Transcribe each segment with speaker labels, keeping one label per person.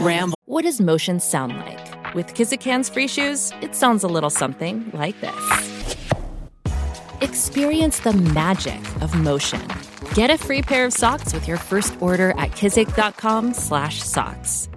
Speaker 1: Ramble.
Speaker 2: What does motion sound like? With Kizikans free shoes, it sounds a little something like this. Experience the magic of motion. Get a free pair of socks with your first order at kizik.com/socks.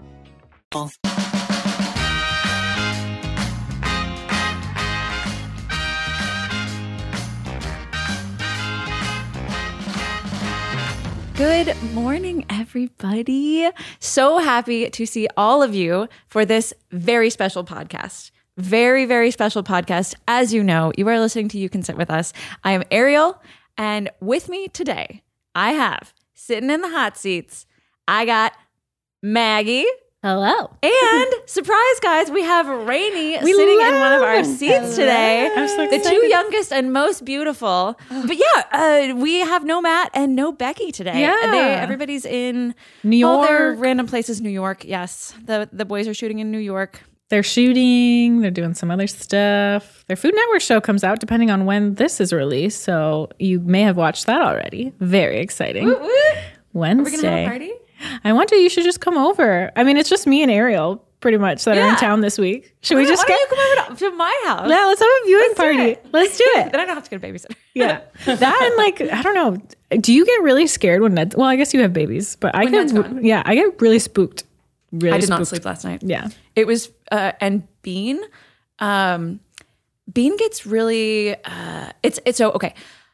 Speaker 3: Good morning, everybody. So happy to see all of you for this very special podcast. Very, very special podcast. As you know, you are listening to You Can Sit With Us. I am Ariel, and with me today, I have sitting in the hot seats, I got Maggie.
Speaker 4: Hello.
Speaker 3: And surprise, guys, we have Rainey sitting in one of our seats today. the two youngest and most beautiful. But yeah, uh, we have no Matt and no Becky today. Uh,
Speaker 4: Yeah.
Speaker 3: They- everybody's in
Speaker 4: New
Speaker 3: All their
Speaker 4: York.
Speaker 3: random places. New York, yes. The the boys are shooting in New York.
Speaker 4: They're shooting, they're doing some other stuff. Their Food Network show comes out depending on when this is released, so you may have watched that already. Very exciting. Wednesday. I want to you should just come over. I mean, it's just me and Ariel pretty much that are
Speaker 3: Yeah.
Speaker 4: in town this week. Should we just
Speaker 3: Why
Speaker 4: get
Speaker 3: don't you come over to, to my house?
Speaker 4: Yeah, let's have a viewing
Speaker 3: do
Speaker 4: party.
Speaker 3: it.
Speaker 4: Let's do it.
Speaker 3: Then I don't have to get a babysitter.
Speaker 4: yeah. That and like I don't know. Do you get really scared when Ned? Well, I guess you have babies, but I
Speaker 3: Ned's
Speaker 4: get
Speaker 3: gone.
Speaker 4: yeah, I get really spooked. Really
Speaker 3: I did not
Speaker 4: spooked.
Speaker 3: sleep last night.
Speaker 4: Yeah.
Speaker 3: It was, uh, and Bean, um, Bean gets really, uh, it's, it's so, okay.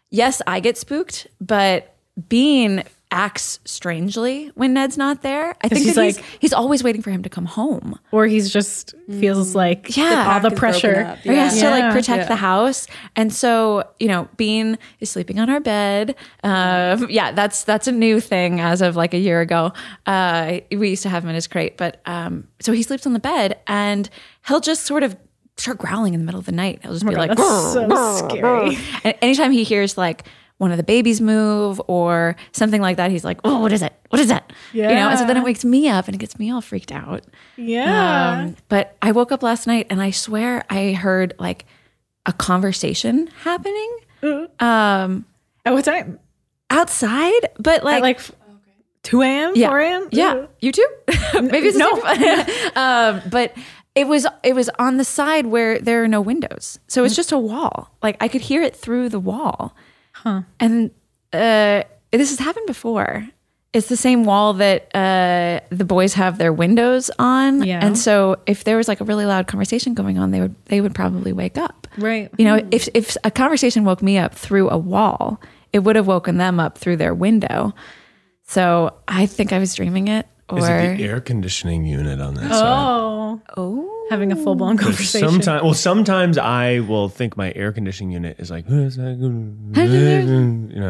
Speaker 3: Yes, I get spooked, but Bean acts strangely when Ned's not there. I think
Speaker 4: he's
Speaker 3: that he's,
Speaker 4: like-
Speaker 3: he's always waiting for him to come home.
Speaker 4: or he's just feels like
Speaker 3: Mm. Yeah.
Speaker 4: all the
Speaker 3: Is
Speaker 4: pressure.
Speaker 3: Or he has to
Speaker 4: Yeah.
Speaker 3: like protect the house. And so, you know, Bean is sleeping on our bed. Um, yeah, that's that's a new thing as of like a year ago. Uh, we used to have him in his crate, but um, so he sleeps on the bed and he'll just sort of start growling in the middle of the night. He'll just be like,
Speaker 4: That's so scary.
Speaker 3: and anytime he hears like one of the babies move or something like that, he's like, "Oh, what is it? What is that?" You know. And so then it wakes me up and it gets me all freaked out.
Speaker 4: Yeah.
Speaker 3: Um, but I woke up last night and I swear I heard like a conversation happening um,
Speaker 4: At what time?
Speaker 3: outside, but like,
Speaker 4: At like f- 2 a.m.,
Speaker 3: oh, yeah,
Speaker 4: 4 a.m.?
Speaker 3: yeah, you too. Maybe it's the
Speaker 4: No.
Speaker 3: same- um, but it was it was on the side where there are no windows, so
Speaker 4: Mm.
Speaker 3: it's just a wall. Like I could hear it through the wall, huh? And uh, this has happened before. It's the same wall that uh, the boys have their windows on,
Speaker 4: Yeah.
Speaker 3: and so if there was like a really loud conversation going on, they would they would probably wake up.
Speaker 4: Right.
Speaker 3: You
Speaker 5: Mm.
Speaker 3: know, if if a conversation woke me up through a wall, it would have woken them up through their window. So I think I was dreaming it, or
Speaker 5: Is it the air conditioning unit on that side?
Speaker 4: Oh. Oh. Having a full blown conversation.
Speaker 5: Sometimes, well, sometimes I will think my air conditioning unit is like, you know,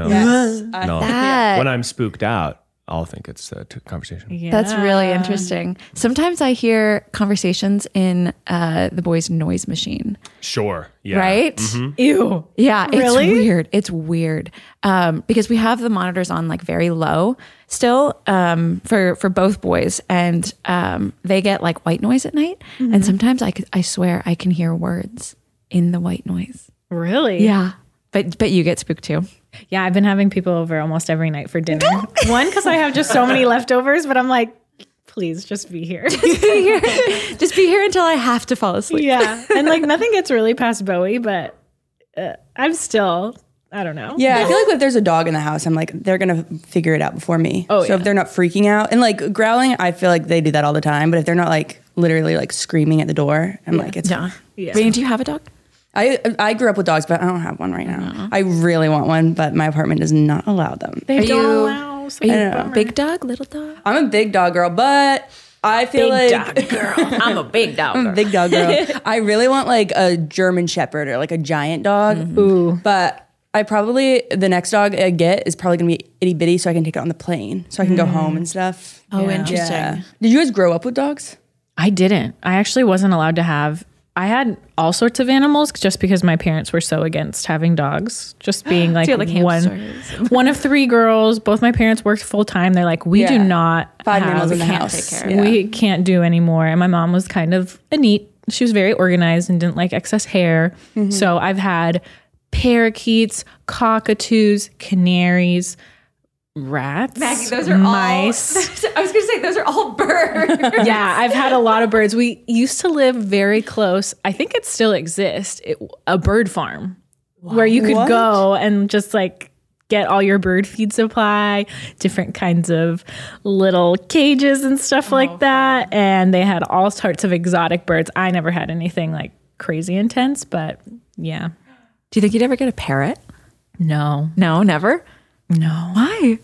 Speaker 5: no.
Speaker 3: that.
Speaker 5: when I'm spooked out, I'll think it's a t- conversation.
Speaker 3: That's really interesting. Sometimes I hear conversations in uh, the boys' noise machine,
Speaker 5: Sure, yeah, Mm-hmm.
Speaker 3: right?
Speaker 4: Ew.
Speaker 3: Yeah, it's
Speaker 4: Really?
Speaker 3: weird. It's weird um, because we have the monitors on like very low still um, for for both boys, and um, they get like white noise at night. And sometimes I c- I swear I can hear words in the white noise.
Speaker 4: Really?
Speaker 3: Yeah, but but you get spooked too.
Speaker 4: Yeah, I've been having people over almost every night for dinner. One, because I have just so many leftovers, but I'm like, please just be here.
Speaker 3: Just be here until I have to fall asleep.
Speaker 4: yeah. And like nothing gets really past Bowie, but uh, I'm still, I don't know.
Speaker 6: Yeah, I feel like if there's a dog in the house, I'm like, they're gonna figure it out before me. Oh, so if they're not freaking out and like growling, I feel like they do that all the time. But if they're not like literally like screaming at the door, I'm like, it's.
Speaker 3: Yeah. Raina, do you have a dog?
Speaker 6: I I grew up with dogs, but I don't have one right now. I really want one, but my apartment does not allow them.
Speaker 4: They
Speaker 3: Are
Speaker 4: don't
Speaker 3: you-
Speaker 4: allow
Speaker 3: Are
Speaker 4: something.
Speaker 3: you a big dog, little dog?
Speaker 6: I'm a big dog girl, but I feel like
Speaker 4: girl. I'm a big dog.
Speaker 6: I'm a big dog girl. I really want like a German Shepherd or like a giant dog.
Speaker 3: Mm-hmm.
Speaker 6: Ooh. But I probably the next dog I get is probably gonna be itty bitty, so I can take it on the plane, so I can go home and stuff.
Speaker 3: Oh, interesting.
Speaker 6: Yeah. Did you guys grow up with dogs?
Speaker 4: I didn't. I actually wasn't allowed to have. I had all sorts of animals just because my parents were so against having dogs. Just being like,
Speaker 3: you have, like,
Speaker 4: one,
Speaker 3: hamsters?
Speaker 4: one of three girls. Both my parents worked full time. They're like, we do
Speaker 6: Yeah.
Speaker 4: not
Speaker 6: Five
Speaker 4: have-
Speaker 6: animals in the
Speaker 3: can't
Speaker 6: house.
Speaker 3: take care
Speaker 6: Yeah.
Speaker 4: We can't do anymore. And my mom was kind of a neat. She was very organized and didn't like excess hair. So I've had parakeets, cockatoos, canaries, rats.
Speaker 3: Maggie, those are
Speaker 4: mice.
Speaker 3: all. I was going to say those are all birds.
Speaker 4: yeah, I've had a lot of birds. We used to live very close. I think it still exists. It, a bird farm where you could
Speaker 6: What?
Speaker 4: go and just like get all your bird feed supply, different kinds of little cages and stuff like that. And they had all sorts of exotic birds. I never had anything like crazy intense, but yeah.
Speaker 3: Do you think you'd ever get a parrot?
Speaker 4: No,
Speaker 3: No, never.
Speaker 4: no.
Speaker 3: Why?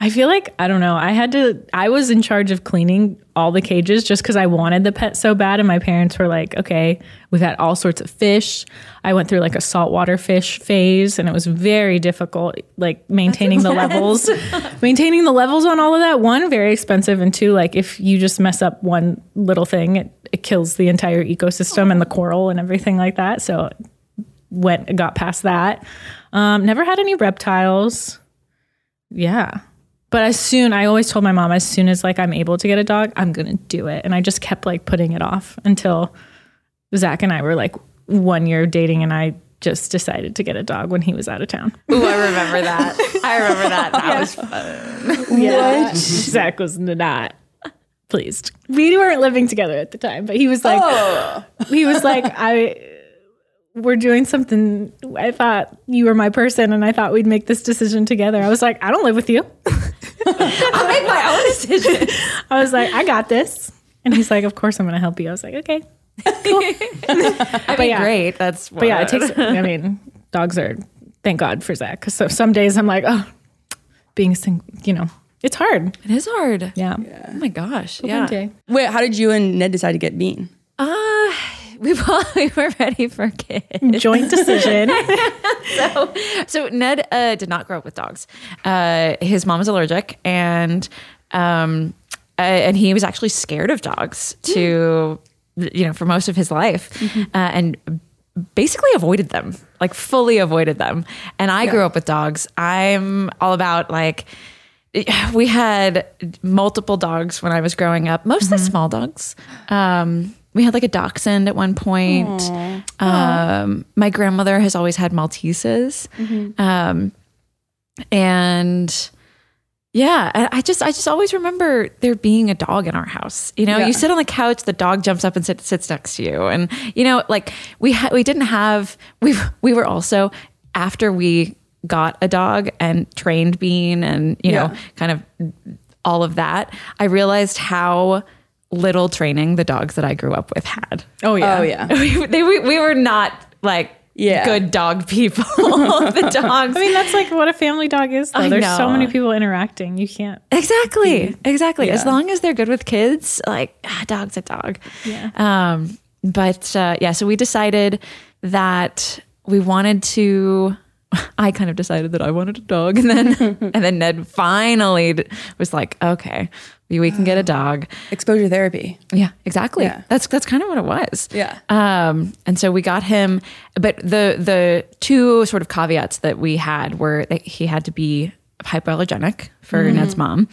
Speaker 4: I feel like I don't know. I had to. I was in charge of cleaning all the cages just because I wanted the pet so bad, and my parents were like, "Okay, we've had all sorts of fish." I went through like a saltwater fish phase, and it was very difficult, like maintaining the levels, maintaining the levels on all of that. One, very expensive, and two, like if you just mess up one little thing, it, it kills the entire ecosystem and the coral and everything like that. So went got past that. Um, never had any reptiles. Yeah. But as soon, I always told my mom, as soon as like I'm able to get a dog, I'm gonna do it. And I just kept like putting it off until Zach and I were like one year of dating, and I just decided to get a dog when he was out of town.
Speaker 3: Ooh, I remember that. I remember that. That was
Speaker 4: What? Zach was not pleased. We weren't living together at the time, but he was like,
Speaker 3: Oh.
Speaker 4: he was like, I, we're doing something. I thought you were my person, and I thought we'd make this decision together. I was like, I don't live with you.
Speaker 3: I'll make my own decision.
Speaker 4: I was like, I got this. And he's like, Of course I'm going to help you. I was like, Okay.
Speaker 3: That'd be
Speaker 4: yeah.
Speaker 3: great. That's
Speaker 4: But yeah, it takes, I mean, dogs are, thank God for Zach. 'Cause So some days I'm like, Oh, being a single, you know, it's hard.
Speaker 3: It is hard.
Speaker 4: Yeah.
Speaker 3: Oh my gosh. Yeah.
Speaker 4: Okay.
Speaker 6: Wait, how did you and Ned decide to get Bean?
Speaker 3: Uh, we probably were ready for kids.
Speaker 4: Joint decision.
Speaker 3: So Ned uh, did not grow up with dogs. Uh, his mom was allergic, and um, uh, and he was actually scared of dogs to you know for most of his life, uh, and basically avoided them, like fully avoided them. And I grew up with dogs. I'm all about like. We had multiple dogs when I was growing up, mostly small dogs. Um, we had like a dachshund at one point. Um, my grandmother has always had Malteses. Um, and yeah, I I just I just always remember there being a dog in our house. You know, you sit on the couch, the dog jumps up and sit, sits next to you, and you know, like we ha- we didn't have we we were also after we got a dog and trained Bean and you know kind of all of that. I realized how little training the dogs that I grew up with had
Speaker 4: Oh, yeah.
Speaker 6: Oh yeah.
Speaker 3: we, they, we, we were not like
Speaker 6: Yeah.
Speaker 3: good dog people. the dogs.
Speaker 4: I mean, that's like what a family dog is. Though.
Speaker 3: I
Speaker 4: There's so
Speaker 3: know.
Speaker 4: many people interacting. You can't.
Speaker 3: exactly. Exactly. As long as they're good with kids, like ah, dog's a dog. Yeah. Um, but uh, yeah, so we decided that we wanted to. I kind of decided that I wanted a dog, and then and then Ned finally d- was like, "Okay, we, we can get a dog."
Speaker 6: Exposure therapy.
Speaker 3: Yeah, exactly.
Speaker 6: Uh. Yeah.
Speaker 3: That's that's kind of what it was.
Speaker 6: Yeah.
Speaker 3: Um, and so we got him, but the the two sort of caveats that we had were that he had to be hypoallergenic for Ned's mom,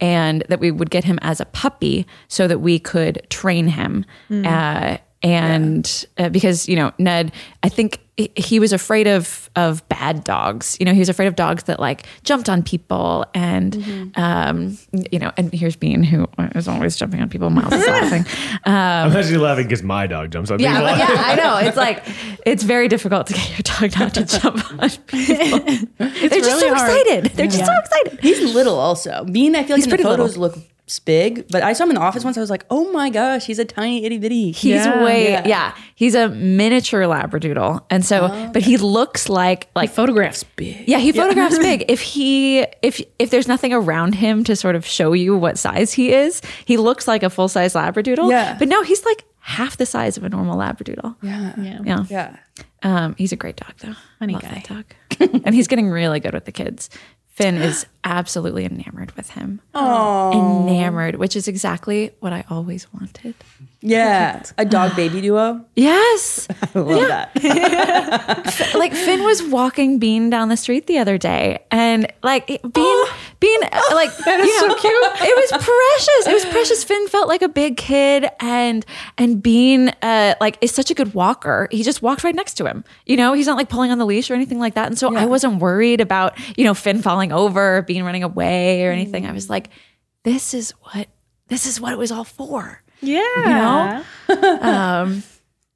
Speaker 3: and that we would get him as a puppy so that we could train him. Uh, and uh, because you know Ned, I think he- he was afraid of of bad dogs. You know, he was afraid of dogs that like jumped on people and um, you know. And here's Bean, who is always jumping on people. Miles is laughing.
Speaker 5: I'm actually laughing because my dog jumps up.
Speaker 3: Yeah, but yeah, I know. It's like it's very difficult to get your dog not to jump on people. They're just
Speaker 4: really
Speaker 3: so
Speaker 4: hard.
Speaker 3: excited. They're just so excited.
Speaker 6: He's little also. Bean, I feel like in the
Speaker 3: pretty
Speaker 6: photos look big, but I saw him in the office once. I was like, oh my gosh, he's a tiny itty bitty.
Speaker 3: He's
Speaker 4: Yeah.
Speaker 3: way yeah. He's a miniature labradoodle, and so but he looks like like
Speaker 4: Photographs big.
Speaker 3: yeah he photographs big. If he if if there's nothing around him to sort of show you what size he is, he looks like a full size labradoodle.
Speaker 6: Yeah.
Speaker 3: but no, he's like half the size of a normal labradoodle.
Speaker 6: Yeah.
Speaker 4: Yeah.
Speaker 3: Yeah.
Speaker 6: Yeah.
Speaker 3: Um, he's a great dog though.
Speaker 4: Funny
Speaker 3: Love
Speaker 4: guy.
Speaker 3: that dog. and he's getting really good with the kids. Finn is absolutely enamored with him. Oh. Enamored, which is exactly what I always wanted.
Speaker 6: Yeah. A dog baby duo.
Speaker 3: Yes.
Speaker 6: I love that.
Speaker 3: like Finn was walking Bean down the street the other day and like Bean being uh, like that is so cute. It was precious. It was precious. Finn felt like a big kid, and and Bean uh, like is such a good walker. He just walked right next to him. You know, he's not like pulling on the leash or anything like that. And so I wasn't worried about you know Finn falling over, Bean running away or anything. I was like, this is what this is what it was all for.
Speaker 4: Yeah.
Speaker 3: Um,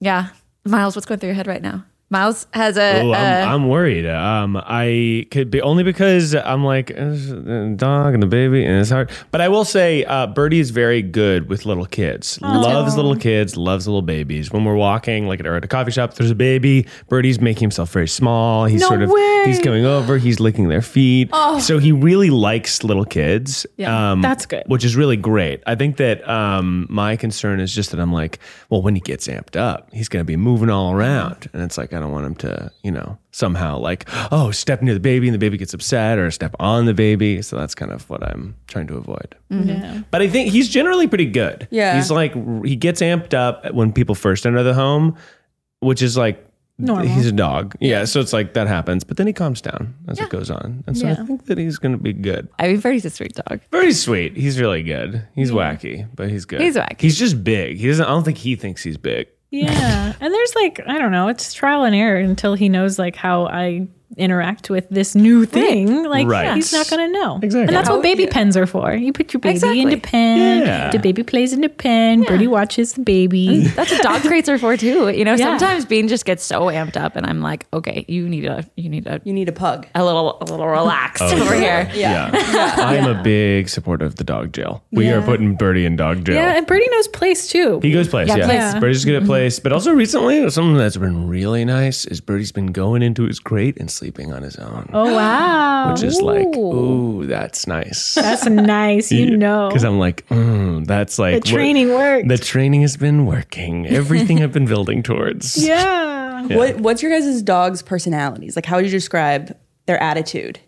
Speaker 3: yeah, Miles, what's going through your head right now? Miles has a.
Speaker 5: Oh,
Speaker 3: a-
Speaker 5: I'm,
Speaker 4: uh,
Speaker 5: I'm worried. Um, I could be only because I'm like eh, the dog and the baby, and it's hard. But I will say, uh, Birdie is very good with little kids. Loves little kids. Loves little babies. When we're walking, like at, or at a coffee shop, if there's a baby. Birdie's making himself very small. He's
Speaker 4: No
Speaker 5: sort of
Speaker 4: way. Oh.
Speaker 5: he's coming over. He's licking their feet. So he really likes little kids. Um,
Speaker 4: Yeah, that's good.
Speaker 5: Which is really great. I think that um, my concern is just that I'm like, well, when he gets amped up, he's going to be moving all around. And it's like, I don't want him to, you know, somehow like, oh, step near the baby and the baby gets upset or step on the baby. So that's kind of what I'm trying to avoid.
Speaker 4: Yeah.
Speaker 5: But I think he's generally pretty good.
Speaker 6: Yeah.
Speaker 5: He's like, he gets amped up when people first enter the home, which is like,
Speaker 4: Normal.
Speaker 5: He's a dog. Yeah. So it's like that happens, but then he calms down as it goes on. And so I think that he's going to be good.
Speaker 3: I mean, Birdie's a sweet dog.
Speaker 5: Very sweet. He's really good. He's
Speaker 4: Mm-hmm.
Speaker 5: wacky, but he's good.
Speaker 3: He's wacky.
Speaker 5: He's just big. He doesn't. I don't think he thinks he's big.
Speaker 4: Yeah. and there's like, I don't know, it's trial and error until he knows like how I interact with this new thing. Like
Speaker 5: Right.
Speaker 4: he's not gonna know.
Speaker 5: Exactly.
Speaker 4: And that's what baby pens are for. You put your baby in
Speaker 3: Exactly.
Speaker 4: the pen.
Speaker 5: Yeah.
Speaker 4: The baby plays in the pen. Birdie watches the baby.
Speaker 3: That's what dog crates are for too. You know,
Speaker 4: Yeah.
Speaker 3: sometimes Bean just gets so amped up, and I'm like, okay, you need a, you need a,
Speaker 6: You need a pug.
Speaker 3: a little, a little relaxed over here.
Speaker 5: Yeah. I'm a big supporter of the dog jail. We are putting Birdie in dog jail.
Speaker 4: yeah, and Birdie knows place too.
Speaker 5: He goes place. Yeah,
Speaker 6: place.
Speaker 4: Yeah. Mm-hmm.
Speaker 5: Birdie's good at place. But also recently, something that's been really nice is Birdie's been going into his crate and sleeping on his own,
Speaker 4: oh wow.
Speaker 5: which is like,
Speaker 4: Ooh.
Speaker 5: ooh, that's nice.
Speaker 4: Oh. That's nice, you know.
Speaker 5: Because I'm like, mm, that's like
Speaker 4: The
Speaker 5: what-
Speaker 4: training worked.
Speaker 5: The training has been working. Everything I've been building towards.
Speaker 4: yeah.
Speaker 6: What, what's your guys' dog's personalities? Like, how would you describe their attitude?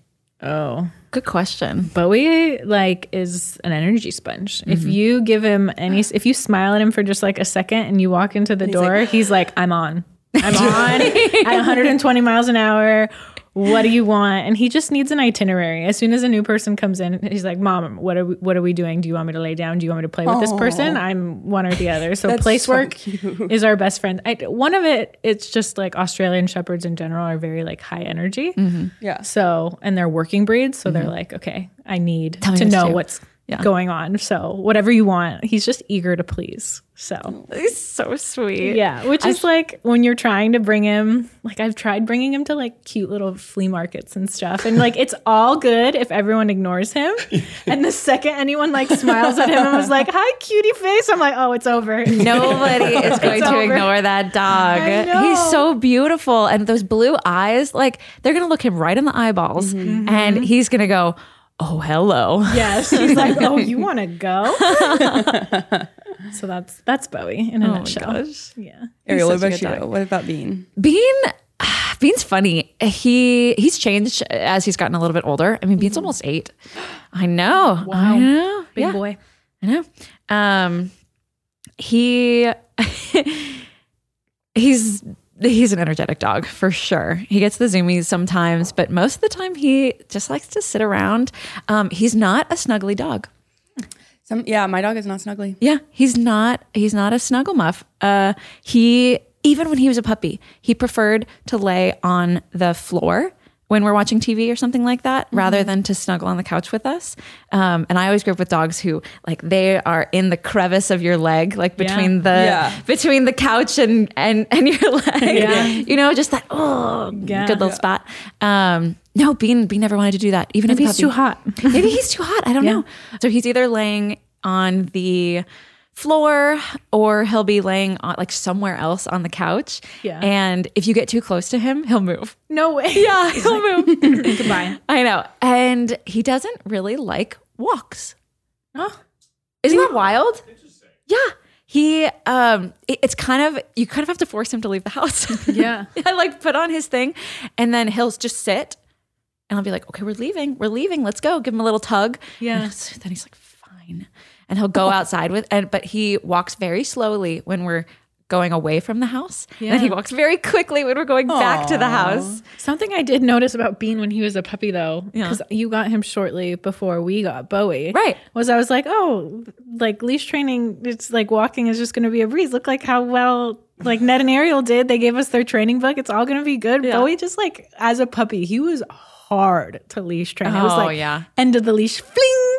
Speaker 4: Oh.
Speaker 3: Good question.
Speaker 4: Bowie like is an energy sponge. If you give him any, if you smile at him for just like a second and you walk into the door, he's like, "I'm on, I'm on at 120 miles an hour. What do you want?" And he just needs an itinerary. As soon as a new person comes in, he's like, "Mom, what are we, what are we doing? Do you want me to lay down? Do you want me to play with this person? I'm one or the other." So place
Speaker 6: so
Speaker 4: work is our best friend. I, one of it, it's just like Australian shepherds in general are very like high energy.
Speaker 6: Yeah.
Speaker 4: So, and they're working breeds. So they're like, okay, I need
Speaker 3: Mm-hmm. me
Speaker 4: to
Speaker 3: what to
Speaker 4: know
Speaker 3: do.
Speaker 4: what's
Speaker 3: Yeah.
Speaker 4: going on. So, whatever you want, he's just eager to please. So,
Speaker 3: He's so sweet.
Speaker 4: yeah, which is like when you're trying to bring him, like I've tried bringing him to like cute little flea markets and stuff. And like it's all good if everyone ignores him. and the second anyone like smiles at him and was like, hi, cutie face, I'm like, oh, it's over.
Speaker 3: Nobody is going to
Speaker 4: over.
Speaker 3: ignore that dog.
Speaker 4: I know.
Speaker 3: He's so beautiful. And those blue eyes, like, they're going to look him right in the eyeballs
Speaker 4: Mm-hmm.
Speaker 3: and he's going to go, oh, hello.
Speaker 4: Yes. He's like, oh, you want to go? so that's that's Bowie
Speaker 3: Oh
Speaker 4: in a nutshell. Yeah.
Speaker 6: Ariel, what
Speaker 3: such a
Speaker 6: about
Speaker 3: good
Speaker 6: you?
Speaker 3: dog.
Speaker 6: What about Bean?
Speaker 3: Bean Bean's funny. He he's changed as he's gotten a little bit older. I mean, Bean's almost eight. I know. I know.
Speaker 4: Mm-hmm. Big
Speaker 3: yeah,
Speaker 4: boy.
Speaker 3: I know. Um, he he's he's an energetic dog for sure. He gets the zoomies sometimes, but most of the time he just likes to sit around. Um, he's not a snuggly dog.
Speaker 6: Some, yeah, my dog is not snuggly.
Speaker 3: Yeah, he's not he's not a snuggle muff. Uh, he even when he was a puppy, he preferred to lay on the floor when we're watching TV or something like that,
Speaker 6: Mm-hmm.
Speaker 3: rather than to snuggle on the couch with us. Um, and I always grew up with dogs who like they are in the crevice of your leg, like between the
Speaker 6: Yeah.
Speaker 3: between the couch and and and your leg.
Speaker 4: Yeah.
Speaker 3: You know, just that oh
Speaker 4: Yeah.
Speaker 3: good little spot. Um, no, Bean Bean never wanted to do that. Even if
Speaker 4: Maybe he's too hot.
Speaker 3: Maybe he's too hot. I don't know. So he's either laying on the floor or he'll be laying on like somewhere else on the couch.
Speaker 4: Yeah.
Speaker 3: And if you get too close to him, he'll move.
Speaker 4: No way. Yeah.
Speaker 3: He'll move.
Speaker 4: Goodbye.
Speaker 3: I know. And he doesn't really like walks.
Speaker 4: Oh.
Speaker 3: Isn't that wild? Yeah. He um it- it's kind of you kind of have to force him to leave the house.
Speaker 4: Yeah.
Speaker 3: I like put on his thing and then he'll just sit and I'll be like, okay, we're leaving. We're leaving. Let's go. Give him a little tug.
Speaker 4: Yeah.
Speaker 3: And he'll- then he's like, fine. And he'll go outside with and but he walks very slowly when we're going away from the house. And then he walks very quickly when we're going back to the house.
Speaker 4: Something I did notice about Bean when he was a puppy, though, because you got him shortly before we got Bowie,
Speaker 3: Right.
Speaker 4: Was I was like, oh, like leash training, it's like walking is just going to be a breeze. Look like how well, like Ned and Ariel did. They gave us their training book. It's all going to be good. Bowie just like as a puppy, he was hard to leash train. it was
Speaker 3: Oh,
Speaker 4: like
Speaker 3: yeah.
Speaker 4: end of the leash, fling.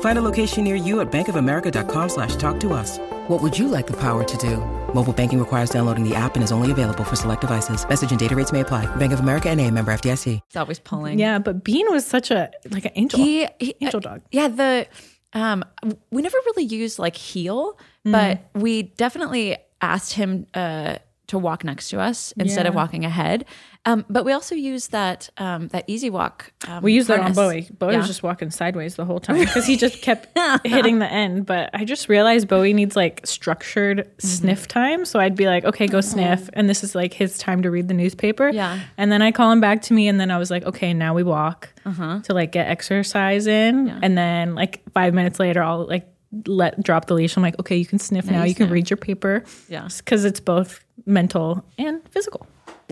Speaker 1: Find a location near you at bankofamerica.com slash talk to us. What would you like the power to do? Mobile banking requires downloading the app and is only available for select devices. Message and data rates may apply. Bank of America and a member FDIC.
Speaker 3: He's always pulling.
Speaker 4: Yeah, but Bean was such a like an angel.
Speaker 3: He, he
Speaker 4: Angel
Speaker 3: uh,
Speaker 4: dog.
Speaker 3: Yeah, the um w- we never really used like heel, but
Speaker 4: Mm-hmm.
Speaker 3: we definitely asked him uh to walk next to us instead of walking ahead. Um but we also used that um that easy walk. Um,
Speaker 4: We used that on
Speaker 3: harness.
Speaker 4: Bowie. Bowie
Speaker 3: Yeah.
Speaker 4: was just walking sideways the whole time because he just kept hitting the end. But I just realized Bowie needs like structured sniff
Speaker 3: Mm-hmm.
Speaker 4: time. So I'd be like, okay, go sniff. And this is like his time to read the newspaper.
Speaker 3: Yeah.
Speaker 4: And then I call him back to me. And then I was like, okay, now we walk
Speaker 3: Uh-huh.
Speaker 4: to like get exercise in. And then like five minutes later, I'll like let drop the leash. I'm like, okay, you can sniff now. You can read your paper.
Speaker 3: Yeah.
Speaker 4: Because it's both mental and physical.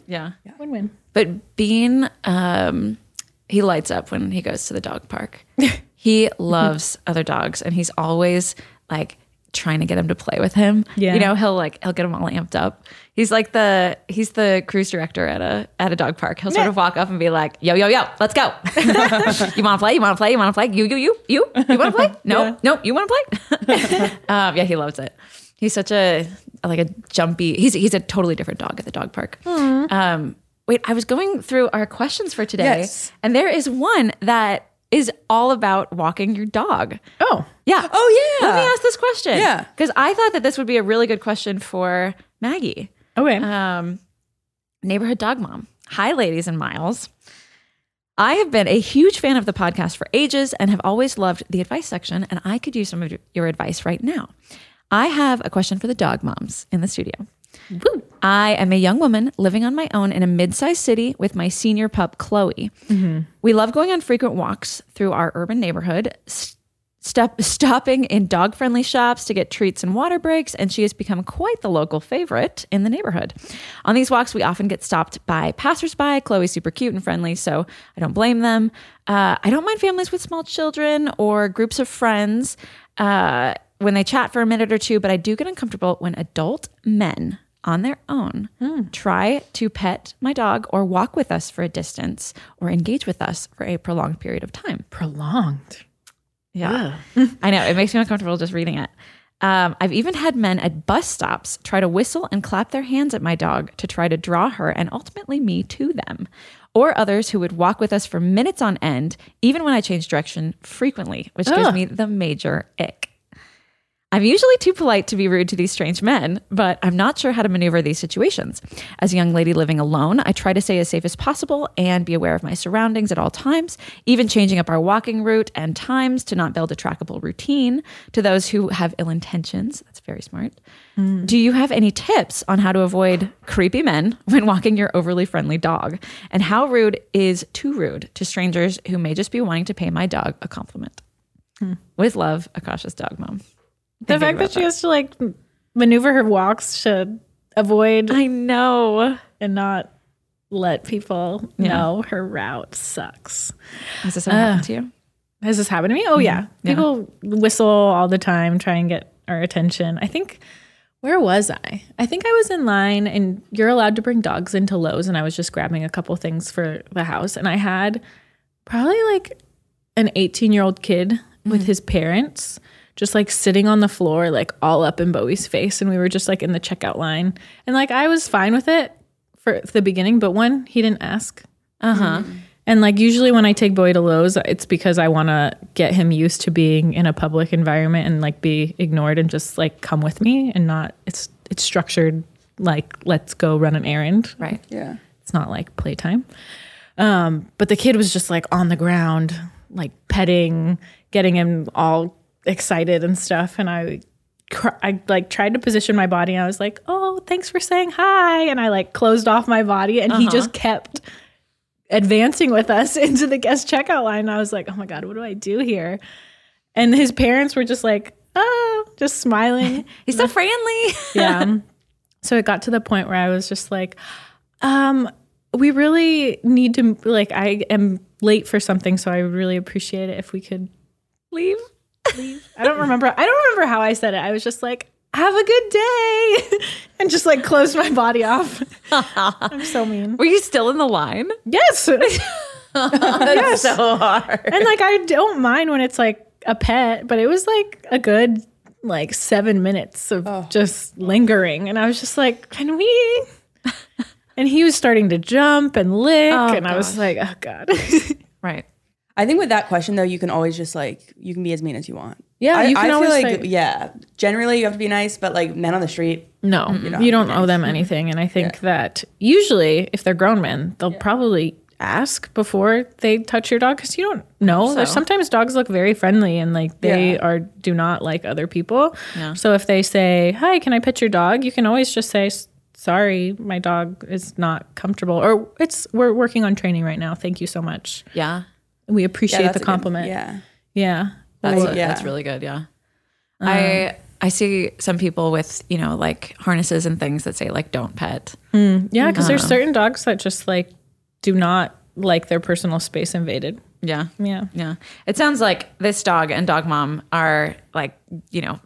Speaker 3: Yeah.
Speaker 4: Win win.
Speaker 3: But Bean um he lights up when he goes to the dog park. he loves other dogs and he's always like trying to get him to play with him.
Speaker 4: Yeah.
Speaker 3: You know, he'll like he'll get him all amped up. He's like the he's the cruise director at a at a dog park. He'll sort of walk up and be like, "Yo, yo, yo, let's go. you want to play? You want to play? You want to play? You, you, you, you, you want to play? No, no, you want to play? um, yeah, he loves it. He's such a like a jumpy. He's he's a totally different dog at the dog park. Um, wait, I was going through our questions for today,
Speaker 6: Yes.
Speaker 3: and there is one that is all about walking your dog.
Speaker 4: Oh.
Speaker 3: Yeah.
Speaker 6: Oh, yeah.
Speaker 3: Let me ask this question.
Speaker 6: Yeah.
Speaker 3: Because I thought that this would be a really good question for Maggie,
Speaker 4: Okay.
Speaker 3: um, neighborhood dog mom. Hi, ladies and Miles. I have been a huge fan of the podcast for ages and have always loved the advice section, and I could use some of your advice right now. I have a question for the dog moms in the studio. I am a young woman living on my own in a mid sized city with my senior pup, Chloe. We love going on frequent walks through our urban neighborhood, s- step, stopping in dog friendly shops to get treats and water breaks, and she has become quite the local favorite in the neighborhood. On these walks, we often get stopped by passersby. Chloe's super cute and friendly, so I don't blame them. Uh, I don't mind families with small children or groups of friends. Uh, when they chat for a minute or two, but I do get uncomfortable when adult men on their own try to pet my dog or walk with us for a distance or engage with us for a prolonged period of time.
Speaker 4: Prolonged.
Speaker 3: Yeah. I know. It makes me uncomfortable just reading it. Um, I've even had men at bus stops try to whistle and clap their hands at my dog to try to draw her and ultimately me to them, or others who would walk with us for minutes on end, even when I change direction frequently, which gives me the major ick. I'm usually too polite to be rude to these strange men, but I'm not sure how to maneuver these situations. As a young lady living alone, I try to stay as safe as possible and be aware of my surroundings at all times, even changing up our walking route and times to not build a trackable routine to those who have ill intentions. That's very smart. Do you have any tips on how to avoid creepy men when walking your overly friendly dog? And how rude is too rude to strangers who may just be wanting to pay my dog a compliment? With love, a cautious dog mom.
Speaker 4: the fact that she has to like m- maneuver her walks to avoid
Speaker 3: I know.
Speaker 4: and not let people know her route sucks.
Speaker 3: Has this ever happened to you?
Speaker 4: Has this happened to me? Oh yeah. People whistle all the time, try and get our attention. I think where was I? I think I was in line and you're allowed to bring dogs into Lowe's and I was just grabbing a couple things for the house and I had probably like an 18 year old kid with his parents just like sitting on the floor like all up in bowie's face and we were just like in the checkout line and like i was fine with it for the beginning but one he didn't ask uh-huh and like usually when i take bowie to lowes it's because i want to get him used to being in a public environment and like be ignored and just like come with me and not it's it's structured like let's go run an errand
Speaker 3: Right.
Speaker 6: Yeah.
Speaker 4: it's not like playtime. Um, but the kid was just like on the ground, like petting, getting him all excited and stuff, and I cr- I like tried to position my body. And I was like, "Oh, thanks for saying hi," and I like closed off my body, and he just kept advancing with us into the guest checkout line. I was like, "Oh my god, what do I do here?" And his parents were just like, "Oh," just smiling.
Speaker 3: He's so friendly.
Speaker 4: yeah. So it got to the point where I was just like, um, we really need to like I am late for something, so I would really appreciate it if we could leave. Leave. I don't remember. I don't remember how I said it. I was just like, "Have a good day," and just like closed my body off. I'm so mean.
Speaker 3: Were you still in the line?
Speaker 4: Yes, and
Speaker 3: That's so hard.
Speaker 4: like I don't mind when it's like a pet, but it was like a good like seven minutes of
Speaker 3: Oh.
Speaker 4: just lingering, and I was just like, "Can we?" And he was starting to jump and lick, and I was like, "Oh God."
Speaker 3: Right.
Speaker 6: I think with that question though, you can always just like you can be as mean as you want.
Speaker 4: Yeah,
Speaker 6: I,
Speaker 4: you can
Speaker 6: I
Speaker 4: always,
Speaker 6: feel like,
Speaker 4: like-
Speaker 6: yeah. Generally, you have to be nice, but like men on the street,
Speaker 4: No, you don't owe them anything. And I think that usually, if they're grown men, they'll probably ask before they touch your dog because you don't know. There's Sometimes dogs look very friendly and like they are do not like other people. So if they say, "Hi, can I pet your dog?" You can always just say. "S- Sorry, my dog is not comfortable, or it's we're working on training right now. Thank you so much.
Speaker 2: Yeah.
Speaker 4: We appreciate
Speaker 6: that's
Speaker 4: the
Speaker 6: a good-
Speaker 4: compliment.
Speaker 6: yeah,
Speaker 4: yeah,
Speaker 2: That's,
Speaker 6: Or- yeah.
Speaker 2: that's really good. Yeah. I I see some people with, you know, like harnesses and things that say like don't pet.
Speaker 4: yeah. Because
Speaker 6: Um.
Speaker 4: there's certain dogs that just like do not like their personal space invaded.
Speaker 2: Yeah.
Speaker 4: Yeah,
Speaker 2: Yeah. It sounds like this dog and dog mom are like, you know,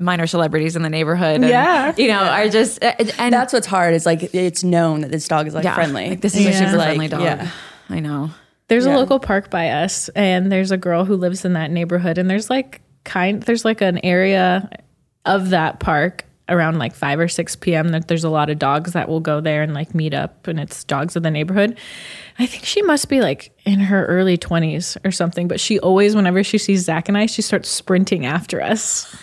Speaker 2: minor celebrities in the neighborhood. And,
Speaker 4: Yeah.
Speaker 2: You know, are just, and, and
Speaker 6: that's what's hard. Is like it's known that this dog is like
Speaker 2: yeah,
Speaker 6: friendly.
Speaker 2: Like, this is a
Speaker 4: Yeah.
Speaker 2: super
Speaker 6: Like,
Speaker 2: friendly dog.
Speaker 6: yeah.
Speaker 2: I know.
Speaker 4: There's a local park by us, and there's a girl who lives in that neighborhood, and there's like kind there's like an area of that park around like five or six p.m. that there's a lot of dogs that will go there and like meet up, and it's dogs of the neighborhood. I think she must be like in her early twenties or something, but she always, whenever she sees Zach and I, she starts sprinting after us.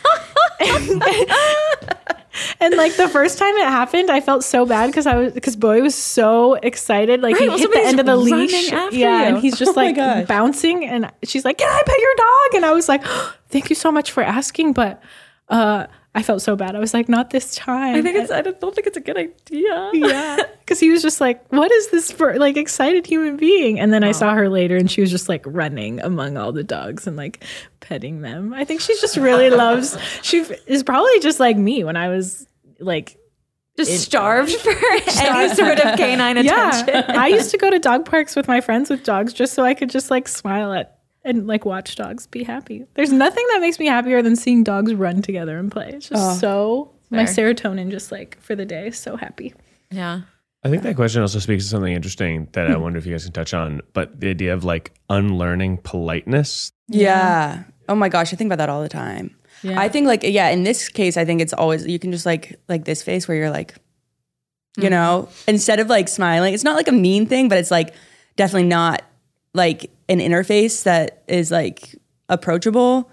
Speaker 4: And like the first time it happened, I felt so bad because I was because Bowie was so excited. Like
Speaker 2: Right, well,
Speaker 4: he hit the
Speaker 2: somebody's
Speaker 4: end of the
Speaker 2: running
Speaker 4: leash,
Speaker 2: after
Speaker 4: yeah,
Speaker 2: you.
Speaker 4: and he's just like bouncing. And she's like, "Can I pet your dog?" And I was like, "Thank you so much for asking," but uh, I felt so bad. I was like, "Not this time." I think it's. I don't think it's a good idea. Yeah, because he was just like, "What is this for?" Like excited human being. And then I saw her later, and she was just like running among all the dogs and like petting them. I think she just really loves. She is probably just like me when I was like
Speaker 2: Just starved for any sort of canine attention.
Speaker 4: yeah, I used to go to dog parks with my friends with dogs just so I could just like smile at and like watch dogs be happy. There's nothing that makes me happier than seeing dogs run together and play. It's just so my serotonin just like for the day is so happy.
Speaker 2: Yeah.
Speaker 5: I think that question also speaks to something interesting that I wonder if you guys can touch on, but the idea of like unlearning politeness.
Speaker 6: Yeah. Oh my gosh, I think about that all the time. I think like yeah, in this case, I think it's always you can just like like this face where you're like,
Speaker 4: Mm.
Speaker 6: you know, instead of like smiling, it's not like a mean thing, but it's like definitely not like an interface that is like approachable.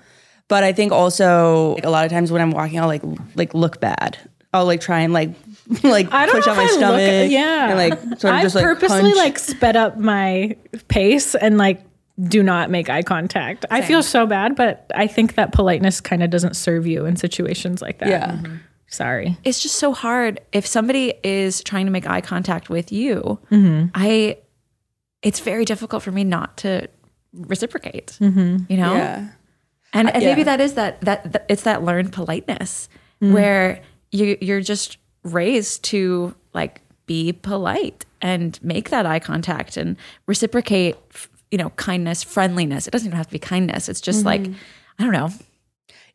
Speaker 6: But I think also like, a lot of times when I'm walking, I'll like like look bad. I'll like try and like like
Speaker 4: I don't
Speaker 6: push
Speaker 4: know
Speaker 6: out my
Speaker 4: if I look-
Speaker 6: stomach,
Speaker 4: yeah.
Speaker 6: and like sort of
Speaker 4: I
Speaker 6: just like
Speaker 4: purposely
Speaker 6: punch.
Speaker 4: like sped up my pace and like do not make eye contact. I feel so bad, but I think that politeness kind of doesn't serve you in situations like that.
Speaker 6: yeah.
Speaker 4: Sorry.
Speaker 2: it's just so hard if somebody is trying to make eye contact with you i it's very difficult for me not to reciprocate you know
Speaker 6: Yeah.
Speaker 2: and,
Speaker 3: Uh,
Speaker 2: and maybe
Speaker 6: yeah.
Speaker 2: that is that, that that it's that learned politeness
Speaker 3: Mm-hmm.
Speaker 2: where you you're just raised to like be polite and make that eye contact and reciprocate f- you know kindness friendliness it doesn't even have to be kindness it's just like
Speaker 3: Mm-hmm.
Speaker 2: i don't know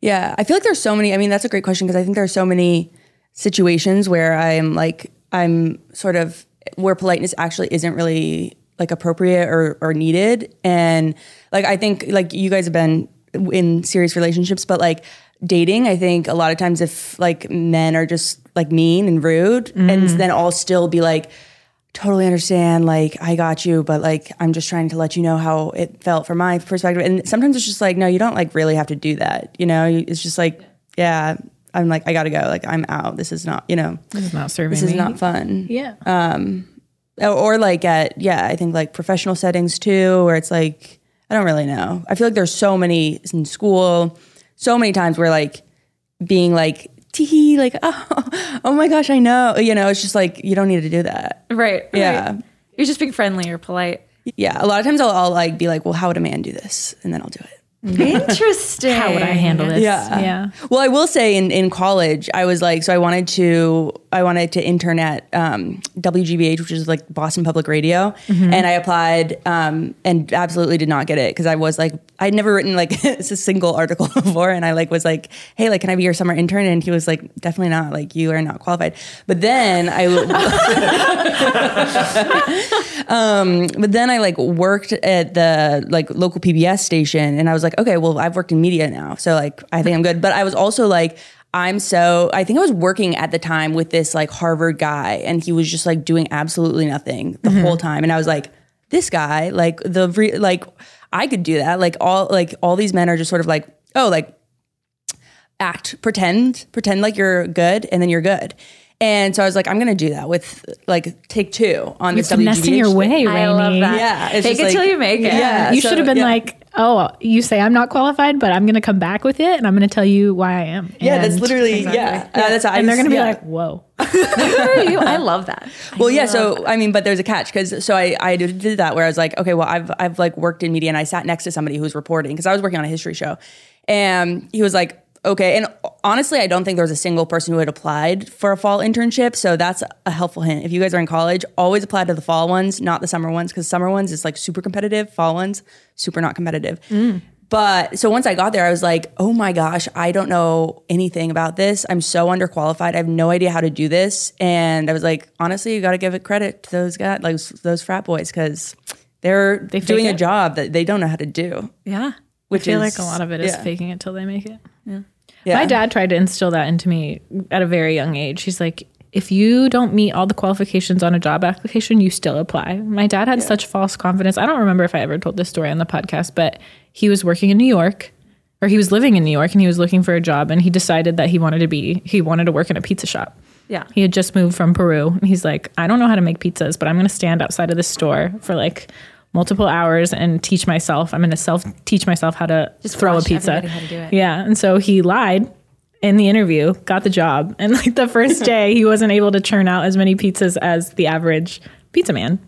Speaker 6: Yeah, I feel like there's so many. I mean, that's a great question because I think there's so many situations where I'm like, I'm sort of where politeness actually isn't really like appropriate or, or needed. And like, I think like you guys have been in serious relationships, but like dating, I think a lot of times if like men are just like mean and rude, and then I'll still be like, totally understand like i got you but like i'm just trying to let you know how it felt from my perspective and sometimes it's just like no you don't like really have to do that you know You- it's just like yeah i'm like i gotta go like i'm out this is not you know
Speaker 4: This is not serving
Speaker 6: this is
Speaker 4: me.
Speaker 6: not fun
Speaker 4: yeah.
Speaker 6: or, or like at yeah i think like professional settings too where it's like I don't really know. I feel like there's so many in school, so many times where like being like tee like oh, oh my gosh, I know. You know, it's just like you don't need to do that.
Speaker 3: Right.
Speaker 6: Yeah.
Speaker 3: right. You're just being friendly or polite.
Speaker 6: Yeah. A lot of times I'll, I'll like be like, well, how would a man do this? And then I'll do it.
Speaker 3: Interesting.
Speaker 4: How would I handle this?
Speaker 6: Yeah.
Speaker 4: Yeah.
Speaker 6: Well, I will say in, in college, I was like, so I wanted to, I wanted to intern at um, WGBH, which is like Boston Public Radio. And I applied um, and absolutely did not get it because I was like, I'd never written like a single article before. And I like was like, hey, like, can I be your summer intern? And he was like, definitely not. Like, you are not qualified. But then I, but then I like worked at the like local PBS station and I was like, okay, well, I've worked in media now. So like I think I'm good. But I was also like, I'm so I think I was working at the time with this like Harvard guy and he was just like doing absolutely nothing
Speaker 4: Mm-hmm.
Speaker 6: the whole time. And I was like, this guy, like the re- like I could do that. Like all like all these men are just sort of like, oh, like act, pretend, pretend like you're good, and then you're good. And so I was like, I'm gonna do that with like take two on
Speaker 4: You're
Speaker 6: this WGBH.
Speaker 4: finessing your
Speaker 6: thing.
Speaker 4: way, Rainey.
Speaker 3: I love that.
Speaker 6: Yeah, it's
Speaker 3: Fake
Speaker 6: just
Speaker 3: it till
Speaker 6: like-
Speaker 3: you make it.
Speaker 6: Yeah.
Speaker 4: You
Speaker 6: so-
Speaker 4: should have been
Speaker 6: yeah.
Speaker 4: like, oh, you say I'm not qualified, but I'm going to come back with it and I'm going to tell you why I am.
Speaker 6: Yeah,
Speaker 4: And-
Speaker 6: that's literally yeah. Uh, that's how I
Speaker 4: And they're
Speaker 6: just-
Speaker 4: going to be
Speaker 6: yeah.
Speaker 4: like, whoa.
Speaker 3: Good for you. I love that.
Speaker 6: well, yeah. So I mean, but there's a catch because so I I did did that where I was like, okay, well I've I've like worked in media and I sat next to somebody who was reporting because I was working on a history show, and he was like. Okay, and honestly, I don't think there was a single person who had applied for a fall internship. So that's a helpful hint. If you guys are in college, always apply to the fall ones, not the summer ones, because summer ones is like super competitive. Fall ones, super not competitive.
Speaker 4: Mm.
Speaker 6: But so once I got there, I was like, oh my gosh, I don't know anything about this. I'm so underqualified. I have no idea how to do this. And I was like, honestly, you got to give it credit to those guys, like those frat boys, because they're
Speaker 4: They fake
Speaker 6: doing a
Speaker 4: it?
Speaker 6: job that they don't know how to do.
Speaker 3: Yeah.
Speaker 6: Which
Speaker 4: I feel
Speaker 6: is
Speaker 4: like a lot of it is
Speaker 6: yeah.
Speaker 4: faking it till they make it.
Speaker 6: Yeah.
Speaker 4: My dad tried to instill that into me at a very young age. He's like, if you don't meet all the qualifications on a job application, you still apply. My dad had such false confidence. I don't remember if I ever told this story on the podcast, but he was working in New York or he was living in New York and he was looking for a job and he decided that he wanted to be he wanted to work in a pizza shop.
Speaker 3: Yeah.
Speaker 4: He had just moved from Peru. And he's like, I don't know how to make pizzas, but I'm going to stand outside of this store for like multiple hours and teach myself. I'm going to self teach myself how to just throw a
Speaker 3: watch
Speaker 4: pizza.
Speaker 3: everybody how to do it.
Speaker 4: Yeah. And so he lied in the interview, got the job. And like the first day, he wasn't able to churn out as many pizzas as the average pizza man.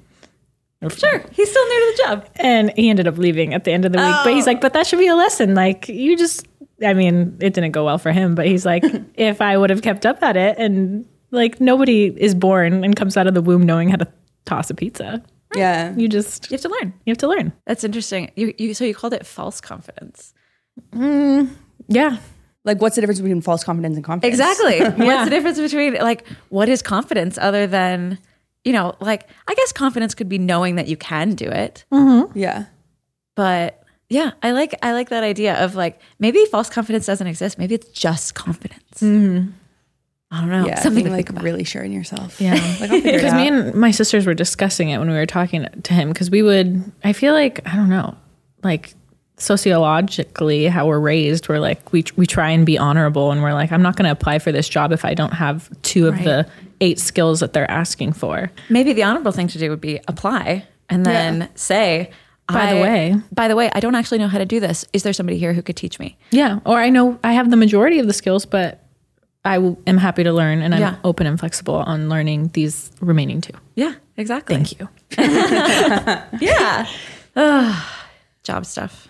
Speaker 3: Sure. He's still new to the job.
Speaker 4: And he ended up leaving at the end of the week. But he's like, but that should be a lesson. Like, you just, I mean, it didn't go well for him, but he's like, if I would have kept up at it and like nobody is born and comes out of the womb knowing how to toss a pizza.
Speaker 6: Yeah.
Speaker 4: You just,
Speaker 3: You have to learn.
Speaker 4: you have to learn.
Speaker 3: That's interesting. You, you so you called it false confidence.
Speaker 4: Yeah.
Speaker 6: Like, what's the difference between false confidence and confidence?
Speaker 3: Exactly. What's the difference between like what is confidence other than you know like I guess confidence could be knowing that you can do it,
Speaker 6: Yeah.
Speaker 3: but yeah, I like I like that idea of like maybe false confidence doesn't exist. Maybe it's just confidence. I
Speaker 4: Oh,
Speaker 3: don't know.
Speaker 6: Yeah.
Speaker 3: Something
Speaker 6: being,
Speaker 3: to
Speaker 6: like
Speaker 3: think about.
Speaker 6: really sure in yourself.
Speaker 4: Yeah.
Speaker 6: Like, I'll figure it
Speaker 4: Because
Speaker 6: out.
Speaker 4: me and my sisters were discussing it when we were talking to him. Because we would, I feel like I don't know, like sociologically how we're raised. We're like we we try and be honorable, and we're like, I'm not going to apply for this job if I don't have two of the eight skills that they're asking for.
Speaker 3: Maybe the honorable thing to do would be apply and then say,
Speaker 4: By the
Speaker 3: I-
Speaker 4: way.
Speaker 3: by the way, I don't actually know how to do this. Is there somebody here who could teach me?
Speaker 4: Yeah. Or I know I have the majority of the skills, but I w- am happy to learn, and I'm
Speaker 3: Yeah.
Speaker 4: open and flexible on learning these remaining two.
Speaker 3: Yeah, exactly.
Speaker 4: Thank you.
Speaker 3: Yeah. Ugh, job stuff.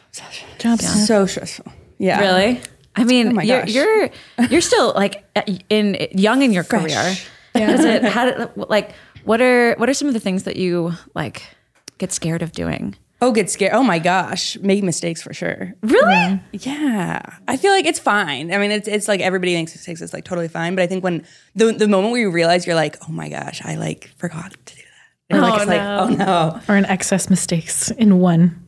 Speaker 4: Job stuff.
Speaker 6: So stressful. Yeah.
Speaker 3: Really? I mean,
Speaker 6: my
Speaker 3: you're,
Speaker 6: gosh.
Speaker 3: you're you're still like uh, in young in your
Speaker 6: Fresh.
Speaker 3: career. Is it how did, like what are what are some of the things that you like get scared of doing?
Speaker 6: Oh, get scared. Oh my gosh. Make mistakes for sure.
Speaker 3: Really?
Speaker 6: Yeah, I feel like it's fine. I mean, it's it's like everybody makes mistakes. It's like totally fine. But I think when the the moment where you realize you're like, oh my gosh, I like forgot to do that. And oh, like, it's like, oh no.
Speaker 4: Or an excess mistakes in one.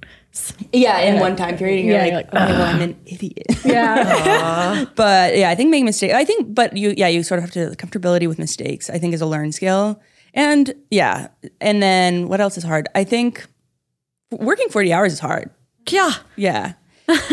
Speaker 6: Yeah, in one time period, and you're
Speaker 4: Yeah,
Speaker 6: like,
Speaker 4: you're
Speaker 6: oh,
Speaker 4: like,
Speaker 6: well, I'm an idiot. Yeah. but yeah, I think making mistakes. I think, but you, yeah, you sort of have to comfortability with mistakes. I think is a learned skill. And yeah, and then what else is hard? I think working forty hours is hard.
Speaker 3: Yeah.
Speaker 6: Yeah.